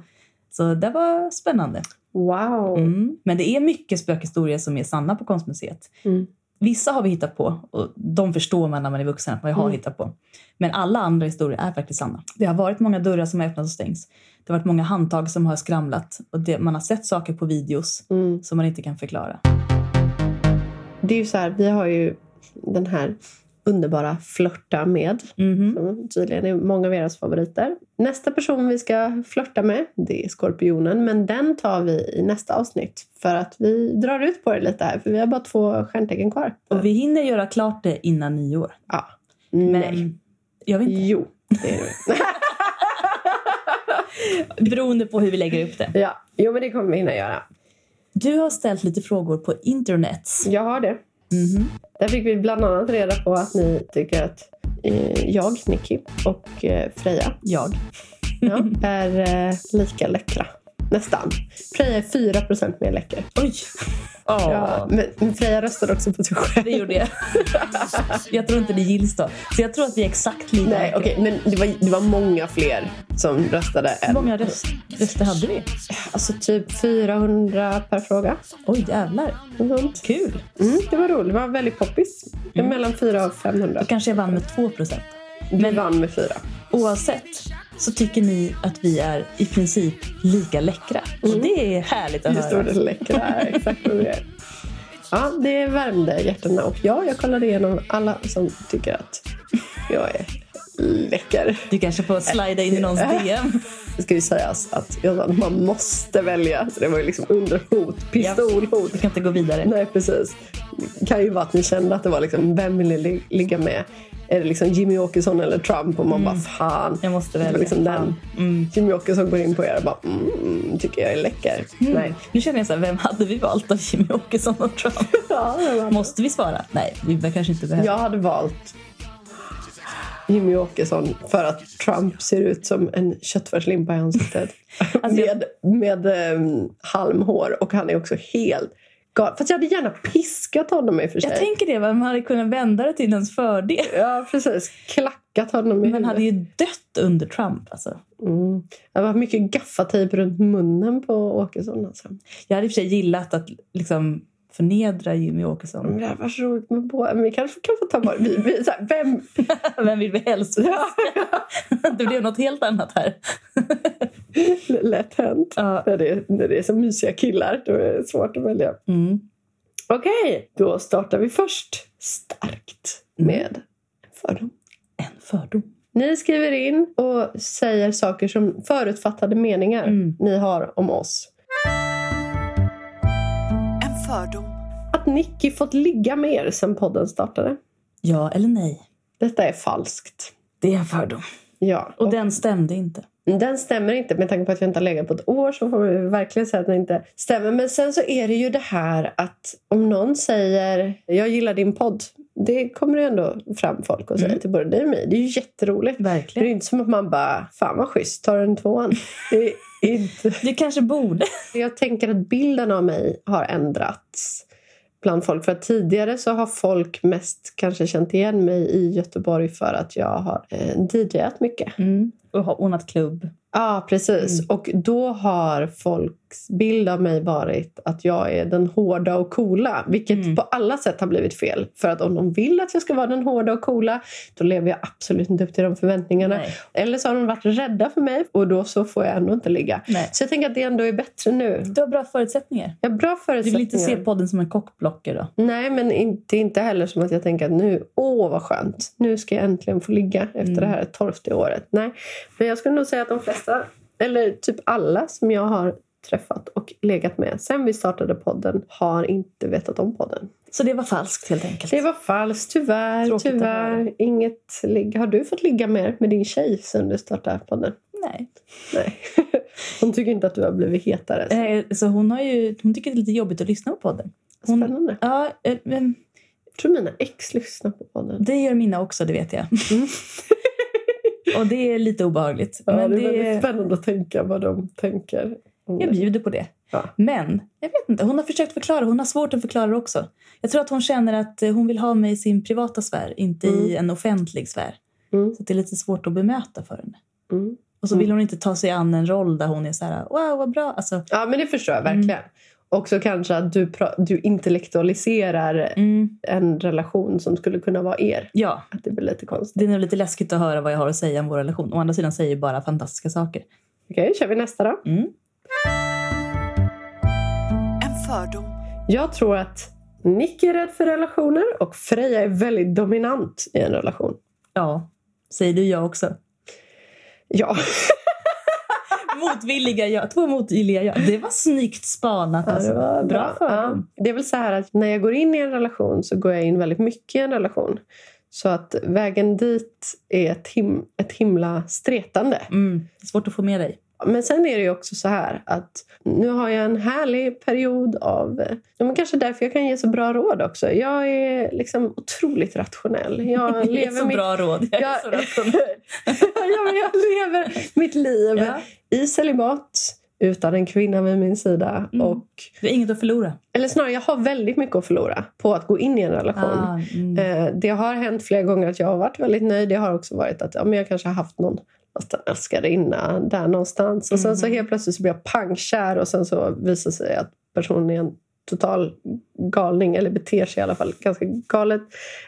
S1: Så det var spännande.
S2: Wow.
S1: Mm. Men det är mycket spökhistorier som är sanna på konstmuseet.
S2: Mm.
S1: Vissa har vi hittat på och de förstår man när man är vuxen att man har
S2: Mm.
S1: hittat på. Men alla andra historier är faktiskt sanna. Det har varit många dörrar som har öppnats och stängts. Det har varit många handtag som har skramlat och det, man har sett saker på videos
S2: Mm.
S1: som man inte kan förklara.
S2: Det är ju så här, vi har ju den här underbara flörta med.
S1: Mhm.
S2: Som tydligen är många av eras favoriter. Nästa person vi ska flörta med, det är skorpionen. Men den tar vi i nästa avsnitt. För att vi drar ut på det lite här. För vi har bara två stjärntecken kvar.
S1: Och vi hinner göra klart det innan nyår.
S2: Ja. Nej.
S1: Men jag vet inte.
S2: Jo, det är det.
S1: Beroende på hur vi lägger upp det.
S2: Ja, jo men det kommer vi hinna göra.
S1: Du har ställt lite frågor på internet.
S2: Jag har det.
S1: Mhm.
S2: Där fick vi bland annat reda på att ni tycker att eh, jag, Nicky och eh, Freja
S1: Jag.
S2: ja,
S1: Mm.
S2: är eh, lika läckra. Nästan. Freja är 4 mer läcker.
S1: Oj! Ja,
S2: Ja, men, men Freja röstar också på sig själv.
S1: Det gjorde jag. jag tror inte det gills då. Så jag tror att vi är exakt lika.
S2: Nej, okej. men det var, det var många fler som röstade.
S1: Hur
S2: Än,
S1: många röst, röster hade vi?
S2: Alltså typ 400 per fråga.
S1: Oj, jävlar.
S2: Något sånt.
S1: Kul!
S2: Mm, det var roligt. Det var väldigt poppis. Det
S1: Mm.
S2: är Mellan 400 och 500.
S1: Då kanske jag vann med 2 procent.
S2: Vi vann med 4.
S1: Oavsett så tycker ni att vi är i princip lika läckra. Och Mm. det är härligt att
S2: Hur
S1: höra.
S2: stor den läcker är. Exakt vad det är. Ja, det värmde hjärtana. Och ja, jag kollade igenom alla som tycker att jag är läcker.
S1: Du kanske får slida in i någons DM.
S2: Det ska ju sägas att jag sa att man måste välja. Så det var ju liksom under hot, pistolhot.
S1: Du kan inte gå vidare.
S2: Nej, precis. Det kan ju vara att ni kände att det var liksom, vem vill ni li- ligga med? Är det liksom Jimmy Åkesson eller Trump? Och man bara, fan.
S1: Mm. Jag måste
S2: Det var
S1: välja.
S2: liksom den.
S1: Fan. Mm.
S2: Jimmy Åkesson går in på er och bara, mm, tycker jag är läcker.
S1: Mm.
S2: Nej.
S1: Nu känner jag så här, vem hade vi valt av Jimmy Åkesson och Trump?
S2: Ja, det var-
S1: Måste vi svara? Nej, vi kanske inte behöver.
S2: Jag hade valt Jimmy Åkesson för att Trump ser ut som en köttfärslimpa i ansiktet.
S1: Alltså, jag-
S2: med med ehm, halmhår och han är också helt galen. Fast jag hade gärna piskat honom i och för sig.
S1: Jag tänker det, man hade kunnat vända det till ens fördel.
S2: Ja, precis. Klackat honom i
S1: Men hade
S2: huvudet.
S1: ju dött under Trump. Alltså.
S2: Mm. Det var mycket gaffatejp runt munnen på Åkesson. Alltså.
S1: Jag hade i och för sig gillat att liksom, förnedra Jimmy Åkesson.
S2: Men Det här var så roligt med båda. Men Vi kanske kan få ta bort... Vi, vi, så här, vem?
S1: Vem vill vi helst? Det blev något helt annat här.
S2: Lätt hänt.
S1: Ja.
S2: När, det, när det är så mysiga killar, då är det svårt att välja.
S1: Mm.
S2: Okej, då startar vi först starkt med en fördom.
S1: En fördom.
S2: Ni skriver in och säger saker som förutfattade meningar
S1: Mm.
S2: ni har om oss.
S5: En fördom.
S2: Att Nicky fått ligga med er sedan podden startade.
S1: Ja eller nej?
S2: Detta är falskt.
S1: Det är en fördom.
S2: Ja,
S1: Och den stämde inte.
S2: Den stämmer inte. Med tanke på att jag inte har legat på ett år så får vi verkligen säga att den inte stämmer. Men sen så är det ju det här att om någon säger jag gillar din podd. Det kommer ju ändå fram folk och säger till både dig och mig. Det är ju jätteroligt. Det är ju
S1: Verkligen.
S2: inte som att man bara, fan vad schysst, tar den tvåan? Det är inte.
S1: Du kanske borde.
S2: Jag tänker att bilden av mig har ändrats bland folk. För att tidigare så har folk mest kanske känt igen mig i Göteborg för att jag har eh, DJat mycket.
S1: Mm. Och ha ordnat klubb.
S2: Ja, precis.
S1: Mm.
S2: Och då har folks bild av mig varit att jag är den hårda och coola. Vilket
S1: Mm.
S2: på alla sätt har blivit fel. För att om de vill att jag ska vara den hårda och coola, då lever jag absolut inte upp till de förväntningarna.
S1: Nej.
S2: Eller så har de varit rädda för mig och då så får jag ändå inte ligga.
S1: Nej.
S2: Så jag tänker att det ändå är bättre nu.
S1: Du har bra förutsättningar.
S2: Jag har bra
S1: Du
S2: förutsättningar.
S1: vill inte se podden som en kockblocker då?
S2: Nej, men inte, inte heller som att jag tänker att nu, åh vad skönt. Nu ska jag äntligen få ligga efter
S1: Mm.
S2: det här torftiga året. Nej, men jag skulle nog säga att de flesta, eller typ alla som jag har träffat och legat med sen vi startade podden har inte vetat om podden.
S1: Så det var falskt helt enkelt.
S2: Det var falskt, tyvärr.
S1: Tråkigt att höra.
S2: tyvärr. Inget ligg. Har du fått ligga mer med din tjej sen du startade podden?
S1: Nej.
S2: Nej. Hon tycker inte att du har blivit hetare. Så.
S1: Eh, Så hon, har ju, hon tycker det är lite jobbigt att lyssna på podden. hon-
S2: Spännande.
S1: Ja, eh, men
S2: Jag tror mina ex lyssnar på podden.
S1: det gör mina också, det vet jag. Och det är lite obehagligt.
S2: Mm. Ja,
S1: men
S2: det är
S1: det,
S2: väldigt spännande att tänka vad de tänker. om
S1: jag
S2: det.
S1: bjuder på det.
S2: Ja.
S1: Men jag vet inte, hon har försökt förklara. Hon har svårt att förklara också. Jag tror att hon känner att eh, hon vill ha mig i sin privata sfär, inte i en offentlig sfär.
S2: Mm.
S1: Så att det är lite svårt att bemöta för henne.
S2: Mm.
S1: Och så vill hon inte ta sig an en roll där hon är så här, wow vad bra. Alltså,
S2: Ja, men det förstår jag verkligen. Också kanske att du, pra- du intellektualiserar
S1: mm,
S2: en relation som skulle kunna vara er.
S1: ja,
S2: Att det blir lite konstigt.
S1: det är nog lite läskigt att höra vad jag har att säga om vår relation. Å andra sidan säger jag ju bara fantastiska saker.
S2: Okej, kör vi nästa då.
S1: Mm.
S5: En fördom.
S2: Jag tror att Nick är rädd för relationer och Freja är väldigt dominant i en relation.
S1: Ja, säger du jag också.
S2: Ja,
S1: Motvilliga jag. Två motvilliga jag. Det var snyggt spanat.
S2: Ja,
S1: Alltså.
S2: det
S1: bra
S2: var bra.
S1: fördom.
S2: Ja, det är väl så här att när jag går in i en relation så går jag in väldigt mycket i en relation. Så att vägen dit är ett, him- ett himla stretande.
S1: Mm. Det är svårt att få med dig.
S2: Men sen är det ju också så här att nu har jag en härlig period av... eh, Ja, men kanske därför jag kan ge så bra råd också. Jag är liksom otroligt rationell. Jag
S1: Det är
S2: lever
S1: så
S2: mitt...
S1: bra råd. Jag är
S2: Jag-
S1: så rationell.
S2: ja, men jag lever mitt liv
S1: Ja.
S2: i celibat utan en kvinna vid min sida.
S1: Mm.
S2: Och,
S1: Du har inget att förlora.
S2: eller snarare, jag har väldigt mycket att förlora på att gå in i en relation.
S1: Ah, mm.
S2: Eh, Det har hänt flera gånger att jag har varit väldigt nöjd. Det har också varit att ja, men jag kanske har haft någon nästan älskarinna där någonstans. Och sen så
S1: Mhm.
S2: helt plötsligt så blir jag pangkär och sen så visar det sig att personen är en total galning eller beter sig i alla fall ganska galet.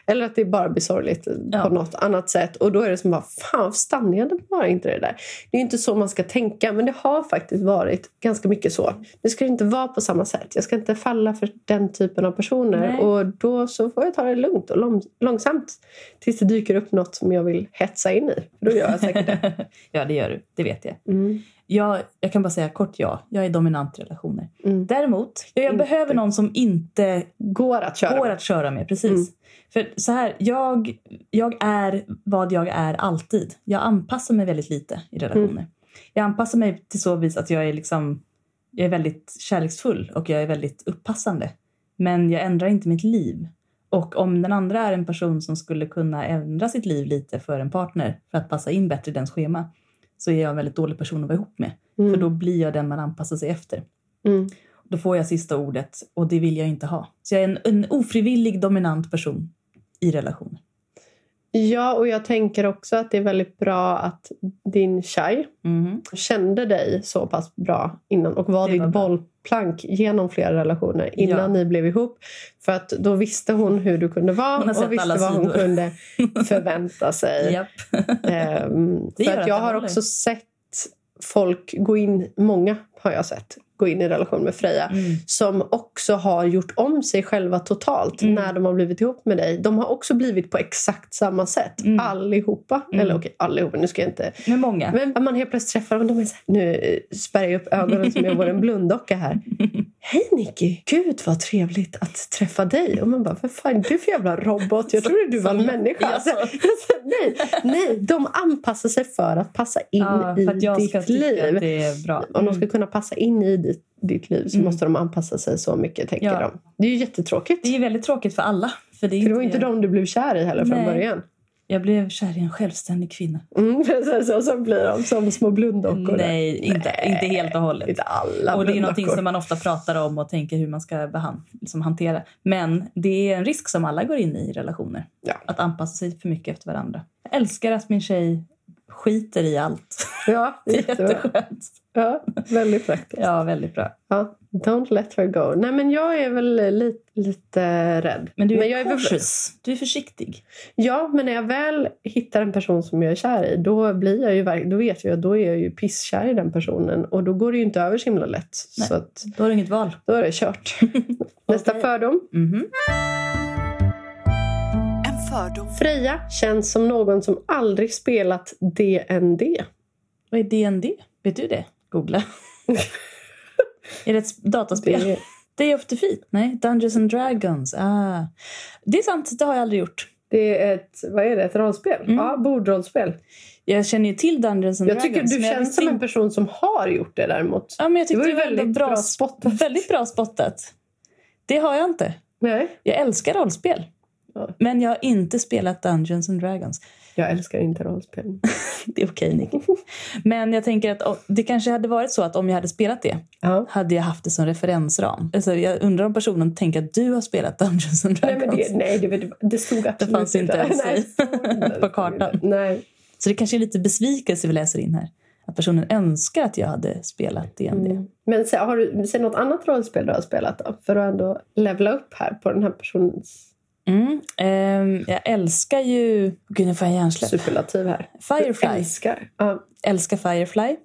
S2: Eller att det bara blir sorgligt
S1: Ja.
S2: på något annat sätt. Och då är det som bara, fan stannade bara inte det där. Det är ju inte så man ska tänka men det har faktiskt varit ganska mycket så. Det ska inte vara på samma sätt. Jag ska inte falla för den typen av personer.
S1: Nej.
S2: Och då så får jag ta det lugnt och lång, långsamt tills det dyker upp något som jag vill hetsa in i. Då gör jag säkert det.
S1: ja, det gör du. Det vet jag.
S2: Mm.
S1: jag. Jag kan bara säga kort ja. Jag är dominant i relationer.
S2: Mm.
S1: Däremot, jag, jag
S2: Inte.
S1: behöver någon som inte
S2: Går att köra.
S1: går att köra med. Precis.
S2: Mm.
S1: För så här, jag, jag är vad jag är alltid. Jag anpassar mig väldigt lite i relationer.
S2: Mm.
S1: Jag anpassar mig till så vis att jag är, liksom, jag är väldigt kärleksfull och jag är väldigt upppassande. Men jag ändrar inte mitt liv. Och om den andra är en person som skulle kunna ändra sitt liv lite för en partner för att passa in bättre i dens schema så är jag en väldigt dålig person att vara ihop med.
S2: Mm.
S1: För då blir jag den man anpassar sig efter.
S2: Mm.
S1: Då får jag sista ordet och det vill jag inte ha. Så jag är en, en ofrivillig dominant person i relationer.
S2: Ja, och jag tänker också att det är väldigt bra att din tjej
S1: Mhm.
S2: kände dig så pass bra innan och var
S1: Det
S2: ditt
S1: var bra.
S2: bollplank genom flera relationer innan
S1: Ja.
S2: ni blev ihop. För att då visste hon hur du kunde vara
S1: Hon har sett
S2: och visste
S1: alla
S2: vad hon
S1: sidor.
S2: kunde förvänta sig.
S1: Japp.
S2: Ehm,
S1: Det
S2: för
S1: gör
S2: att
S1: att
S2: jag
S1: den
S2: har
S1: håller.
S2: också sett folk gå in, många har jag sett, gå in i relation med Freja.
S1: Mm.
S2: Som också har gjort om sig själva totalt
S1: Mm.
S2: när de har blivit ihop med dig. De har också blivit på exakt samma sätt.
S1: Mm.
S2: Allihopa.
S1: Mm.
S2: Eller okej, allihopa. Nu ska jag inte...
S1: Med många.
S2: Men man helt plötsligt träffar dem och de är så här, Nu eh, spärrar jag upp ögonen som jag vore en blunddocka här. Hej Nicky! Gud vad trevligt att träffa dig. Och man bara, vad fan är du för jävla robot? Jag trodde du var en
S1: Som-
S2: människa.
S1: Ja,
S2: Så-
S1: så.
S2: så- nej, nej, de anpassar sig för att passa in
S1: Ja,
S2: i
S1: för att jag
S2: ditt
S1: ska tycka
S2: liv.
S1: att det är bra.
S2: Om de ska kunna passa in i ditt, ditt liv så
S1: Mm.
S2: måste de anpassa sig så mycket, tänker
S1: Ja.
S2: de. Det är ju jättetråkigt.
S1: Det är ju väldigt tråkigt för alla. För det är
S2: För det var inte
S1: jag.
S2: dem du blev kär i heller från
S1: Nej.
S2: början.
S1: jag blev kär i en självständig kvinna.
S2: Mm, precis, och så blir de som små blunddockor. där.
S1: Nej, inte, inte helt och hållet.
S2: Inte alla
S1: Och det är någonting
S2: blunddockor.
S1: som man ofta pratar om och tänker hur man ska behan- liksom hantera. Men det är en risk som alla går in i i relationer.
S2: Ja.
S1: Att anpassa sig för mycket efter varandra. Jag älskar att min tjej skiter i allt.
S2: Ja,
S1: Det är
S2: jättebra.
S1: jätteskönt.
S2: Ja, väldigt praktiskt.
S1: Ja, väldigt bra.
S2: Ja, don't let her go. Nej, men jag är väl lite, lite rädd.
S1: Men du är,
S2: men jag väl-
S1: cautious. Du är försiktig.
S2: Ja, men när jag väl hittar en person som jag är kär i då, blir jag ju, verk- då vet jag att då är jag ju pisskär i den personen och då går det ju inte över så himla lätt.
S1: Nej.
S2: Så att,
S1: Då har du inget val.
S2: då är det kört. Nästa
S1: Okej.
S2: fördom.
S1: Mhm.
S5: En fördom.
S2: Freja känns som någon som aldrig spelat DND.
S1: Vad är DND? Vet du det? Googla. är det ett s- dataspel?
S2: Det,
S1: Day of Defeat? Nej, Dungeons and Dragons. Ah. Det är sant, det har jag aldrig gjort.
S2: det är ett, vad är det, ett rollspel?
S1: Mm.
S2: Ja, bordrollspel.
S1: Jag känner ju till Dungeons and
S2: Jag
S1: Dragons.
S2: tycker du
S1: men jag
S2: känns
S1: visste
S2: som en
S1: inte-
S2: person som har gjort det däremot.
S1: Ja, men jag tyckte
S2: var
S1: det
S2: ju
S1: var väldigt
S2: väldigt
S1: bra,
S2: bra
S1: bra
S2: spottat.
S1: spottat. Väldigt bra spottat. Det har jag inte.
S2: Nej,
S1: Jag älskar rollspel.
S2: Ja.
S1: Men jag har inte spelat Dungeons and Dragons.
S2: jag älskar inte rollspel.
S1: Det är okej, Nicky. Men jag tänker att oh, det kanske hade varit så att om jag hade spelat det
S2: Ja.
S1: hade jag haft det som referensram. Alltså, jag undrar om personen tänker att du har spelat Dungeons and
S2: Nej,
S1: Dragons.
S2: men det, nej det, det stod absolut
S1: fanns inte ens i-
S2: Nej, det stod inte.
S1: på kartan.
S2: Nej.
S1: Så det kanske är lite besvikelse vi läser in här. Att personen önskar att jag hade spelat DND.
S2: Mm. Men se, har du se något annat rollspel du har spelat då? För att ändå levla upp här på den här personens
S1: Mm. Ehm, jag älskar ju... Gud, nu får jag hjärnsläpp.
S2: superlativ här. Jag
S1: Firefly.
S2: älskar. Ja.
S1: älskar Firefly.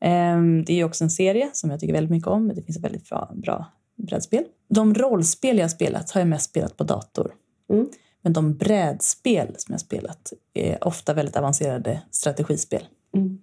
S1: Ehm, Det är ju också en serie som jag tycker väldigt mycket om. Det finns ett väldigt bra, bra brädspel. De rollspel jag har spelat har jag mest spelat på dator.
S2: Mm.
S1: Men de brädspel som jag har spelat är ofta väldigt avancerade strategispel.
S2: Mm.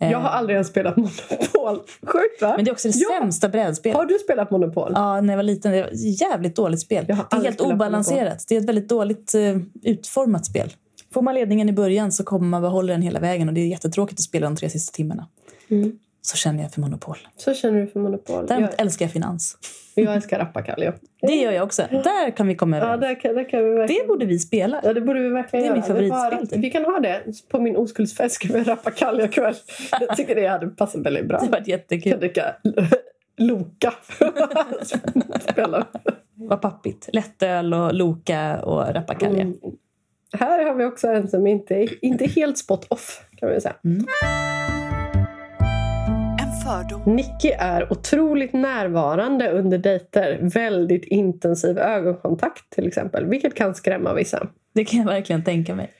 S1: Eh,
S2: Jag har aldrig ens spelat Monopol. Sjukt va?
S1: Men det är också det
S2: Ja.
S1: sämsta brädspelet.
S2: Har du spelat Monopol?
S1: Ja, när jag var liten. Det var ett jävligt dåligt spel. Det
S2: Jag har
S1: är
S2: aldrig
S1: helt
S2: spelat
S1: obalanserat. Det är ett väldigt dåligt eh, utformat spel. Får man ledningen i början så kommer man behålla den hela vägen och det är jättetråkigt att spela de tre sista timmarna.
S2: Mm.
S1: Så känner jag för Monopol.
S2: Så känner du för Monopol.
S1: Däremot
S2: Jag,
S1: älskar jag finans.
S2: jag älskar Rappakalja.
S1: Det gör jag också. Där kan vi komma
S2: Ja,
S1: överens.
S2: där kan, där kan vi verkligen...
S1: Det borde vi spela.
S2: Ja, det borde vi verkligen
S1: Det är
S2: göra.
S1: mitt favoritspel,
S2: bara-
S1: typ.
S2: Vi kan ha det. På min oskuldsfest ska vi rappa Kalja kväll. Jag tycker det hade passat väldigt bra.
S1: Det hade varit
S2: Kan
S1: jättekul.
S2: dricka Loka. Spela.
S1: Vad pappigt. Lättöl och Loka och rappakalja.
S2: Mm. Här har vi också en som inte är inte helt spot off kan vi säga.
S1: Mm.
S5: en fördom,
S2: Nicky är otroligt närvarande under dejter. Väldigt intensiv ögonkontakt till exempel. Vilket kan skrämma vissa.
S1: Det kan jag verkligen tänka mig.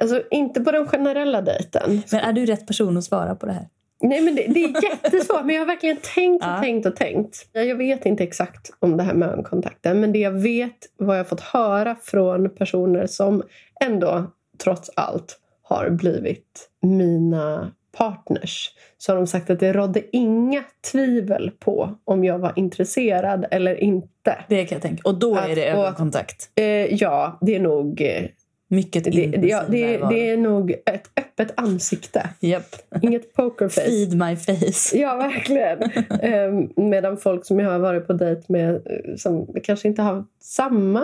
S2: Alltså inte på den generella dejten.
S1: Men är du rätt person att svara på det här?
S2: Nej, men det, det är jättesvårt. Men jag har verkligen tänkt och
S1: Ja.
S2: tänkt och tänkt. Ja, Jag vet inte exakt om det här med ögonkontakten. Men det jag vet, vad jag fått höra från personer som ändå trots allt har blivit mina partners så har de sagt att det rådde inga tvivel på om jag var intresserad eller inte.
S1: Det kan jag tänka. Och då är
S2: Att-
S1: det
S2: och-
S1: ögonkontakt.
S2: Eh, ja, det är nog, eh,
S1: Mycket
S2: det, det,
S1: intensiv
S2: ja, det,
S1: närvaro.
S2: det är nog ett öppet ansikte.
S1: Japp.
S2: Inget pokerface.
S1: Feed my face.
S2: Ja, verkligen. Ehm, Medan folk som jag har varit på dejt med eh, som kanske inte har haft samma...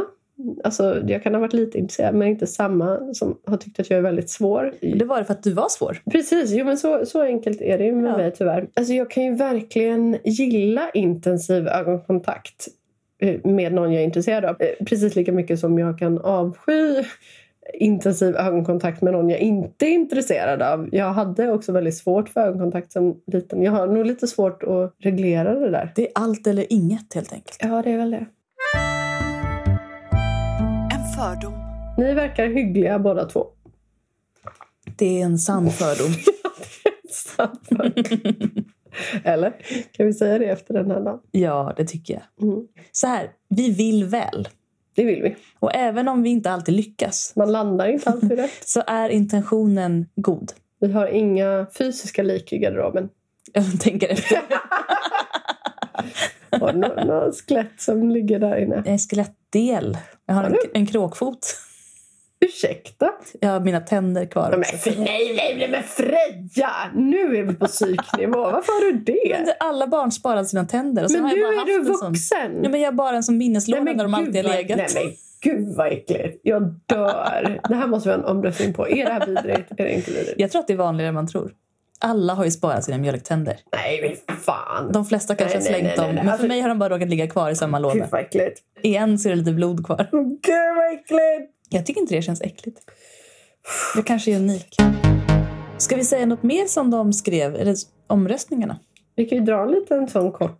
S2: Alltså, jag kan ha varit lite intresserad, men inte samma som har tyckt att jag är väldigt svår.
S1: Det var det för att du var svår.
S2: Precis, jo, men så, så enkelt är det ju med
S1: Ja.
S2: mig tyvärr. Alltså, jag kan ju verkligen gilla intensiv ögonkontakt eh, med någon jag är intresserad av. Eh, Precis lika mycket som jag kan avsky intensiv ögonkontakt med någon jag inte är intresserad av. Jag hade också väldigt svårt för ögonkontakt som liten. Jag har nog lite svårt att reglera det där.
S1: Det är allt eller inget helt enkelt.
S2: Ja, det är väl det.
S5: en fördom,
S2: Ni verkar hyggliga båda två.
S1: Det är en sann fördom.
S2: Samtidigt. Eller? Kan vi säga det efter den här dagen?
S1: ja, det tycker jag.
S2: Mm.
S1: Så här, vi vill väl.
S2: Det vill vi.
S1: Och även om vi inte alltid lyckas
S2: Man landar inte alltid rätt.
S1: så är intentionen god.
S2: Vi har inga fysiska lik i garderoben.
S1: Jag tänker efter.
S2: Har någon, någon skelett som ligger där inne.
S1: Jag är skelettdel. Jag har
S2: Har
S1: en,
S2: du?
S1: en kråkfot.
S2: Ursäkta?
S1: Jag har mina tänder kvar.
S2: Men,
S1: också.
S2: för, nej, nej, nej, men Freja! Nu är vi på psyknivå. Varför har du det?
S1: Men Alla barn sparar sina tänder. Och sen
S2: Men
S1: har
S2: nu
S1: jag bara
S2: är
S1: haft
S2: du
S1: en sån.
S2: vuxen.
S1: Ja, men jag har bara en sån minneslåda där de alltid har
S2: vad-
S1: legat.
S2: Nej, men gud vad äckligt. Jag dör. Det här måste vi ha en omröstning på. Är det här vidrigt? Är det inte vidrigt?
S1: Jag tror att det är vanligare än man tror. Alla har ju sparat sina mjölktänder.
S2: Nej, men fan.
S1: De flesta kanske
S2: Nej,
S1: har
S2: nej,
S1: slängt
S2: nej,
S1: dem,
S2: nej,
S1: men
S2: nej.
S1: för
S2: Alltså-
S1: mig har de bara råkat ligga kvar i samma
S2: Gud
S1: låda.
S2: vad äckligt.
S1: I en så är det lite blod kvar.
S2: Gud vad äckligt.
S1: Jag tycker inte det känns äckligt. Jag kanske är unik. Ska vi säga något mer som de skrev, eller omröstningarna?
S2: Vi kan ju dra en liten sån kort.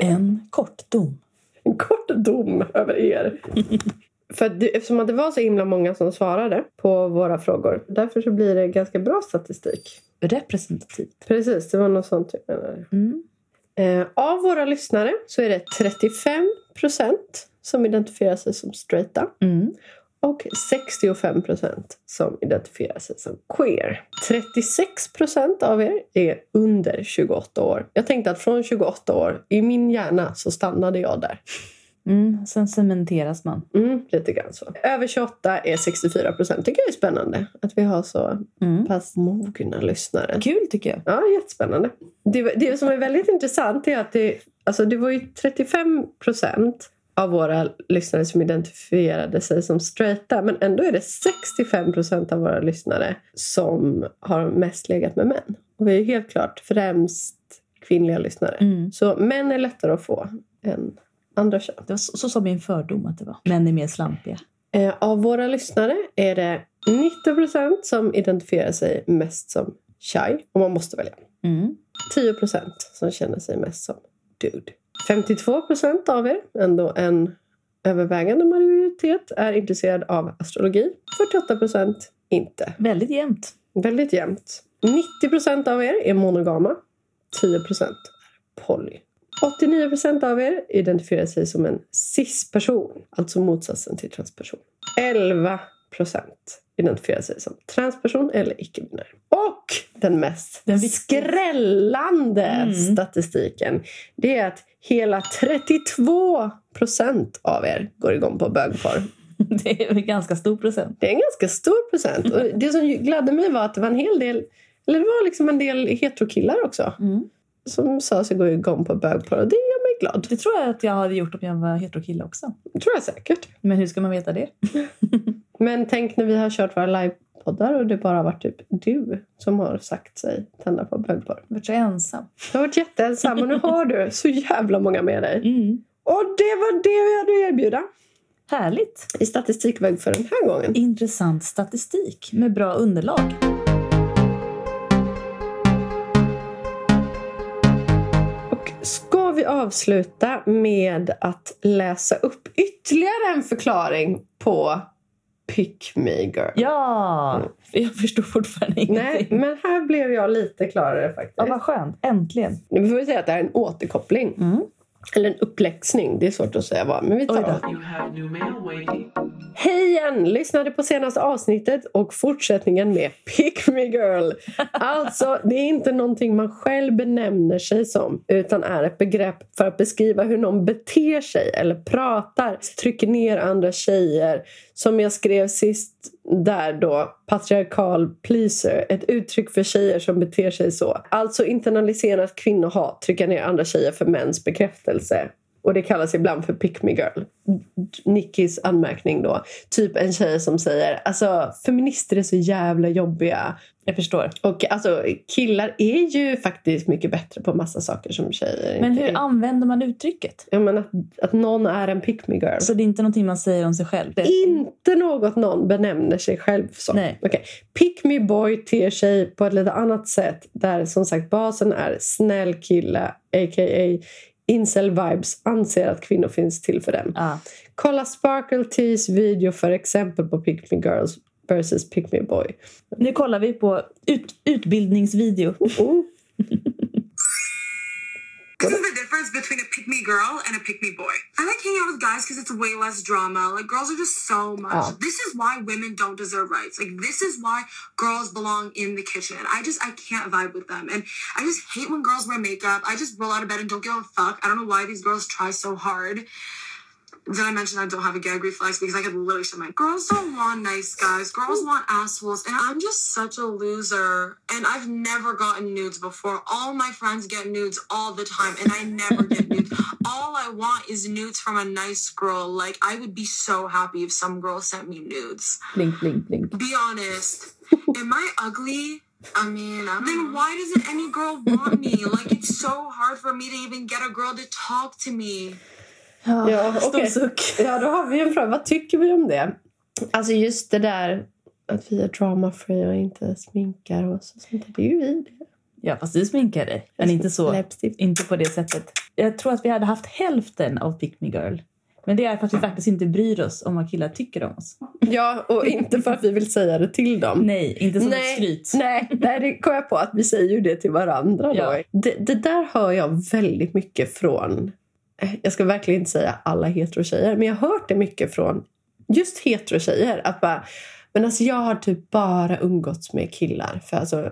S1: En kort dom.
S2: en kort dom över er. För att det, eftersom att det var så himla många som svarade på våra frågor. Därför så blir det ganska bra statistik.
S1: Representativt.
S2: Precis, det var något sånt jag menade.
S1: Mm.
S2: Eh, av våra lyssnare så är det 35 procent som identifierar sig som straighta.
S1: Mm.
S2: Och 65 procent som identifierar sig som queer. 36 procent av er är under 28 år. Jag tänkte att från 28 år, i min hjärna så stannade jag där.
S1: Mm. Sen cementeras man.
S2: Mm, lite grann så. Över 28 är 64 procent. tycker jag är spännande att vi har så
S1: Mm.
S2: pass mogna lyssnare.
S1: Kul tycker jag.
S2: Ja, jättespännande. Det, det som är väldigt intressant är att det, alltså det var ju 35 procent av våra lyssnare som identifierade sig som straighta men ändå är det 65 procent av våra lyssnare som har mest legat med män. Och vi är ju helt klart främst kvinnliga lyssnare.
S1: Mm.
S2: Så män är lättare att få än andra kön.
S1: Det var så, så sa min fördom att det var. Män är mer slampiga.
S2: Eh, av våra lyssnare är det 90 som identifierar sig mest som tjej, om man måste välja.
S1: Mm.
S2: 10 som känner sig mest som dude. 52 av er, ändå en övervägande majoritet, är intresserad av astrologi. 48 inte.
S1: Väldigt jämnt.
S2: Väldigt jämnt. 90 av er är monogama. 10 är poly. 89 av er identifierar sig som en cis-person, alltså motsatsen till transperson. 11 identifierar sig som transperson eller icke-binär. Och den mest
S1: Den viktiga.
S2: skrällande
S1: Mm.
S2: statistiken. Det är att hela 32 procent av er går igång på bögporr.
S1: Det är en ganska stor procent.
S2: Det är en ganska stor procent. Och det som ju gladde mig var att det var en hel del, eller det var liksom en del heterokillar också
S1: Mm.
S2: som sa sig gå igång på bögporr och det gör mig glad.
S1: Det tror jag att jag hade gjort om jag var heterokille också.
S2: Det tror jag säkert.
S1: Men hur ska man veta det?
S2: Men tänk när vi har kört våra livepoddar och det bara har varit typ du som har sagt sig tända på bögporr.
S1: Jag har varit så ensam.
S2: Du har varit jätteensam och nu har du så jävla många med dig.
S1: Mm.
S2: Och det var det vi hade att erbjuda
S1: Härligt!
S2: i statistikväg för den här gången.
S1: Intressant statistik med bra underlag.
S2: Och ska vi avsluta med att läsa upp ytterligare en förklaring på Pick Me Girl?
S1: Ja! För jag förstår fortfarande
S2: Nej,
S1: ingenting.
S2: men här blev jag lite klarare faktiskt.
S1: Ja, vad skönt. Äntligen.
S2: Nu får vi säga att det här är en återkoppling.
S1: Mm.
S2: Eller en uppläxning. Det är svårt att säga vad, men vi tar
S1: Oj då.
S2: det.
S4: You have new mail waiting.
S2: Hej igen! Lyssnade på senaste avsnittet och fortsättningen med Pick Me Girl. Alltså, det är inte någonting man själv benämner sig som utan är ett begrepp för att beskriva hur någon beter sig eller pratar, trycker ner andra tjejer. Som jag skrev sist där då, patriarkal pleaser. Ett uttryck för tjejer som beter sig så. Alltså internaliserat kvinnohat, trycka ner andra tjejer för mäns bekräftelse. Och det kallas ibland för pick me girl. Nickis anmärkning då. Typ en tjej som säger alltså feminister är så jävla jobbiga.
S1: Jag förstår.
S2: Och alltså killar är ju faktiskt mycket bättre på massa saker som tjejer
S1: Men
S2: inte
S1: hur
S2: är.
S1: använder man uttrycket?
S2: Ja, men att, att någon är en pick me girl.
S1: Så det är inte någonting man säger om sig själv? Det-
S2: Inte något någon benämner sig själv som.
S1: Nej.
S2: Okej. Pick me boy ter sig på ett lite annat sätt där som sagt basen är snäll kille a.k.a. incel vibes anser att kvinnor finns till för dem.
S1: Ja.
S2: Kolla Sparkle Teas video för exempel på Pick Me Girls versus Pick Me Boy.
S1: Nu kollar vi på ut- utbildningsvideo.
S2: Mm.
S6: This is the difference between a pick me girl and a pick me boy. I like hanging out with guys because it's way less drama. Like girls are just so much.
S2: Oh.
S6: This is why women don't deserve rights. Like this is why girls belong in the kitchen. I just I can't vibe with them, and I just hate when girls wear makeup. I just roll out of bed and don't give a fuck. I don't know why these girls try so hard. Did I mention I don't have a gag reflex because I could literally shut my girls don't want nice guys. Girls want assholes. And I'm just such a loser. And I've never gotten nudes before. All my friends get nudes all the time and I never get nudes. All I want is nudes from a nice girl. Like I would be so happy if some girl sent me nudes.
S1: Blink, blink, blink.
S6: Be honest. Am I ugly? I mean, I then why doesn't any girl want me? Like it's so hard for me to even get a girl to talk to me.
S1: Ja,
S2: Ja,
S1: Stor
S2: okej.
S1: suck.
S2: Ja, då har vi en fråga. Vad tycker vi om det? Alltså just det där att vi är drama free och inte sminkar och så, sånt där. Det är ju vi.
S1: Ja, fast du sminkar dig. Men inte så.
S2: Läppstift.
S1: Inte på det sättet. Jag tror att vi hade haft hälften av Pick Me Girl. Men det är för att vi faktiskt inte bryr oss om vad killar tycker om oss.
S2: Ja, och inte för att vi vill säga det till dem.
S1: Nej, inte som ett
S2: Nej,
S1: skryt.
S2: Nej, nej, det kom jag på att vi säger ju det till varandra. Då.
S1: Ja.
S2: Det, det där hör jag väldigt mycket från, eh, jag ska verkligen inte säga alla heterotjejer, men jag har hört det mycket från just heterotjejer. Att bara, men alltså jag har typ bara umgåtts med killar. För alltså,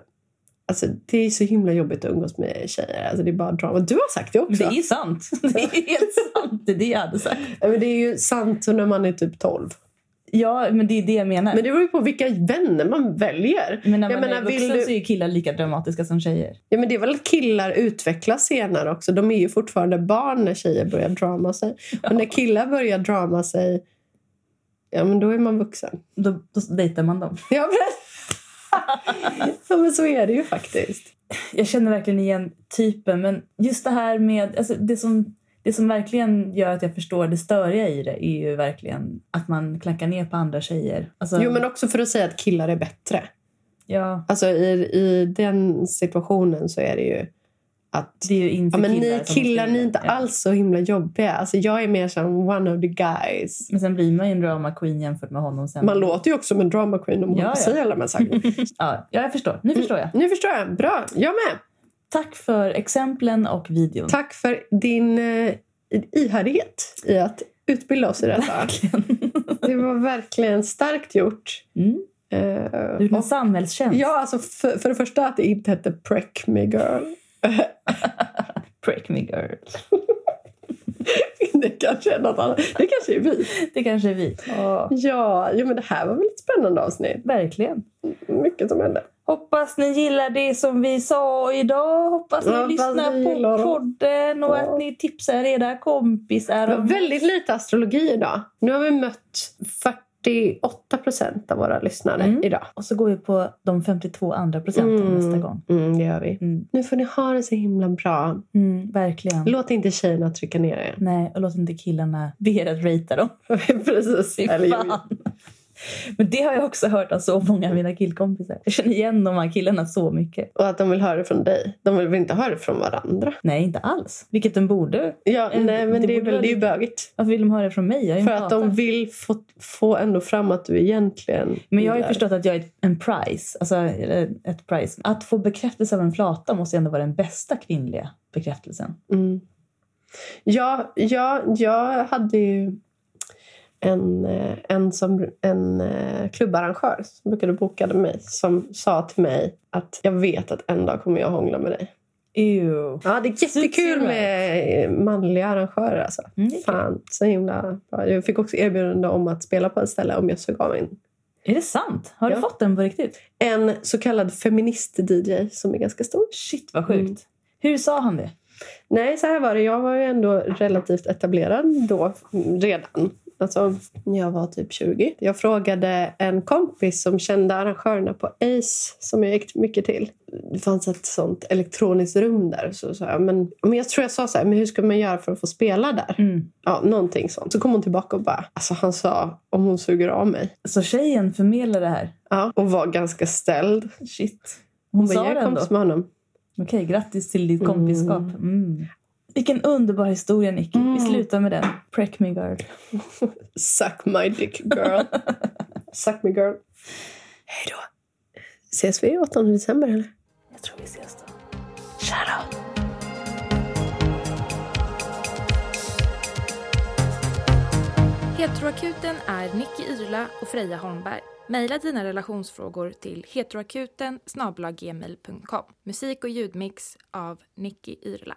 S2: alltså det är så himla jobbigt att umgås med tjejer. Alltså det är bara drama. Du har sagt det
S1: Men
S2: också.
S1: Det är sant. Det är helt sant. Det är det jag hade sagt.
S2: Ja, men det är ju sant när man är typ 12.
S1: Ja, men det är det jag menar.
S2: Men det beror ju på vilka vänner man väljer.
S1: Men när
S2: Jag
S1: man
S2: menar,
S1: är
S2: vill
S1: vuxen
S2: du-
S1: så är ju killar lika dramatiska som tjejer.
S2: Ja, men det är väl att killar utvecklas senare också. De är ju fortfarande barn när tjejer börjar drama sig. Och när killar börjar drama sig, ja men då är man vuxen.
S1: Då, då dejtar man dem.
S2: Ja men, ja, men så är det ju faktiskt.
S1: Jag känner verkligen igen typen, men just det här med... Alltså, det, som, det som verkligen gör att jag förstår det störiga i det är ju verkligen att man klankar ner på andra tjejer. Alltså,
S2: Jo men också för att säga att killar är bättre.
S1: ja,
S2: Alltså i, i den situationen så är det ju att
S1: det är ju
S2: Ja,
S1: inför
S2: men
S1: killar
S2: ni
S1: som
S2: killar, ni är
S1: skriver.
S2: inte
S1: Ja.
S2: alls så himla jobbiga. Alltså, jag är mer som one of the guys.
S1: Men sen blir man ju en drama queen jämfört med honom sen.
S2: Man låter ju också som en drama queen om hon
S1: Mm. Ja, ja.
S2: säger alla de här sakerna.
S1: Ja, ja, jag förstår. Nu förstår jag.
S2: Nu förstår jag. Bra. Jag med.
S1: Tack för exemplen och videon.
S2: Tack för din eh, ihärdighet i att utbilda oss i detta.
S1: Verkligen.
S2: Det var verkligen starkt gjort.
S1: Mm.
S2: Eh,
S1: Du gjorde en
S2: och-
S1: samhällstjänst.
S2: ja, alltså för, för det första att det inte hette Preck Me Girl.
S1: Break me girl.
S2: det kanske är något annat. Det kanske är vi.
S1: Det kanske är vi.
S2: Ja, jo, men det här var väl ett spännande avsnitt.
S1: Verkligen.
S2: Mycket som hände.
S1: Hoppas ni gillar det som vi sa idag. Hoppas ni
S2: Ja, hoppas
S1: lyssnar
S2: ni
S1: på
S2: gillar oss.
S1: podden och
S2: Ja.
S1: att ni tipsar era kompisar.
S2: Det var
S1: om-
S2: väldigt lite astrologi idag. Nu har vi mött 48 procent av våra lyssnare
S1: Mm.
S2: idag.
S1: Och så går vi på de 52 andra procenten
S2: Mm.
S1: nästa gång.
S2: Mm, det gör vi.
S1: Mm.
S2: Nu får ni ha det så himla bra.
S1: Mm, verkligen.
S2: Låt inte tjejerna trycka ner er.
S1: Nej, och låt inte killarna be er att ratea dem.
S2: Precis.
S1: Fy
S2: Eller, jo.
S1: fan. Men det har jag också hört av så många av mina killkompisar. Jag känner igen de här killarna så mycket.
S2: och att de vill höra det från dig. De vill väl inte höra det från varandra?
S1: Nej, inte alls. Vilket de borde.
S2: Ja,
S1: Mm,
S2: nej, men
S1: det
S2: det, är
S1: borde
S2: väl, det är ju
S1: vara-
S2: bögigt.
S1: Varför vill de höra det från mig? Jag är ju en
S2: För att de
S1: pratare.
S2: vill få, få ändå fram att du egentligen
S1: Men jag har ju
S2: gillar-
S1: förstått att jag är en prize. Alltså eller ett prize. Att få bekräftelse av en flata måste ju ändå vara den bästa kvinnliga bekräftelsen.
S2: Mm. Ja, ja, jag hade ju en, eh, en, som, en eh, klubbarrangör som brukade boka mig som sa till mig att jag vet att en dag kommer jag hångla med dig.
S1: Ew.
S2: Ja, det är jättekul med eh, manliga arrangörer. Alltså.
S1: Mm, det är, kul.
S2: Fan, så himla bra. Jag fick också erbjudande om att spela på ett ställe om jag sög av en,
S1: är det sant? Har du
S2: Ja.
S1: fått den på riktigt?
S2: en så kallad feminist-DJ som är ganska stor.
S1: Shit vad sjukt.
S2: Mm.
S1: Hur sa han det?
S2: Nej, så här var det. Jag var ju ändå relativt etablerad då mm, redan. Alltså, när jag var typ 20. Jag frågade en kompis som kände arrangörerna på Ace som jag gick mycket till. Det fanns ett sånt elektroniskt rum där. Så sa jag, men, men jag tror jag sa så här, men hur ska man göra för att få spela där?
S1: Mm.
S2: Ja, någonting sånt. Så kom hon tillbaka och bara, alltså han sa om hon suger av mig.
S1: Så tjejen förmedlar det här.
S2: Ja, och var ganska ställd.
S1: Shit. Hon
S2: Men
S1: sa
S2: jag
S1: det ändå.
S2: kompis med honom.
S1: Okej, grattis till ditt kompisskap. Mm. Vilken underbar historia, Nicky. Vi
S2: Mm.
S1: slutar med den. Preck me girl.
S2: Suck my dick girl. Suck me girl. Hej då. Ses vi 8 december eller?
S1: Jag tror vi ses då.
S3: Heteroakuten är Nicky Irla och Freja Holmberg. Maila dina relationsfrågor till heteroakuten snabel-a gmail punkt com. Musik och ljudmix av Nicky Irla.